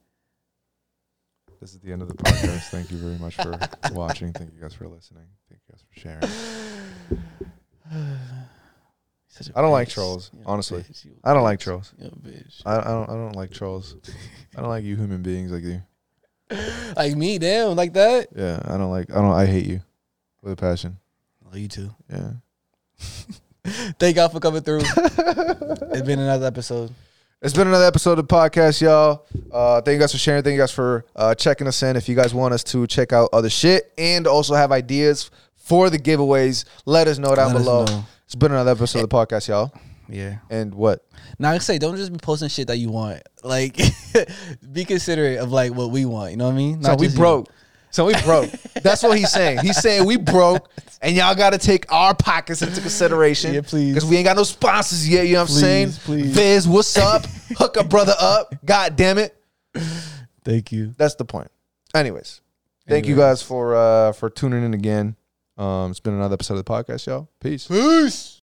Speaker 3: This is the end of the podcast. Thank you very much for watching. Thank you guys for listening. Thank you guys for sharing.
Speaker 2: Such a
Speaker 1: I don't like
Speaker 2: bitch.
Speaker 1: trolls,
Speaker 2: You're a
Speaker 1: honestly.
Speaker 2: bitch. You a
Speaker 1: I don't like
Speaker 2: bitch.
Speaker 1: trolls.
Speaker 2: You a bitch.
Speaker 1: I, I don't. I don't like trolls.
Speaker 3: I don't like you human beings like you.
Speaker 2: Like me, damn, like that.
Speaker 1: Yeah, I don't like. I don't. I hate you with a passion.
Speaker 2: Love Oh, you too.
Speaker 1: Yeah.
Speaker 2: Thank y'all for coming through. it's been another episode.
Speaker 1: It's been another episode of the podcast, y'all. Uh, thank you guys for sharing. Thank you guys for uh, checking us in. If you guys want us to check out other shit and also have ideas for the giveaways, let us know down
Speaker 2: Let us
Speaker 1: below.
Speaker 2: know.
Speaker 1: It's been another episode of the podcast, y'all.
Speaker 2: Yeah.
Speaker 1: And what?
Speaker 2: Now I say, don't just be posting shit that you want. Like, be considerate of like what we want. You know what I mean?
Speaker 1: So
Speaker 2: Not
Speaker 1: we
Speaker 2: just you.
Speaker 1: broke. So we broke. That's what he's saying. He's saying we broke, and y'all got to take our pockets into consideration.
Speaker 2: Yeah, please.
Speaker 1: Because we ain't got no sponsors yet. You know what I'm
Speaker 2: Please,
Speaker 1: saying?
Speaker 2: please.
Speaker 1: Viz, what's up? Hook a brother up. God damn it.
Speaker 2: Thank you.
Speaker 1: that's the point. Anyways, thank you guys for uh for tuning in again. Um, it's been another episode of the podcast, y'all. Peace.
Speaker 2: Peace.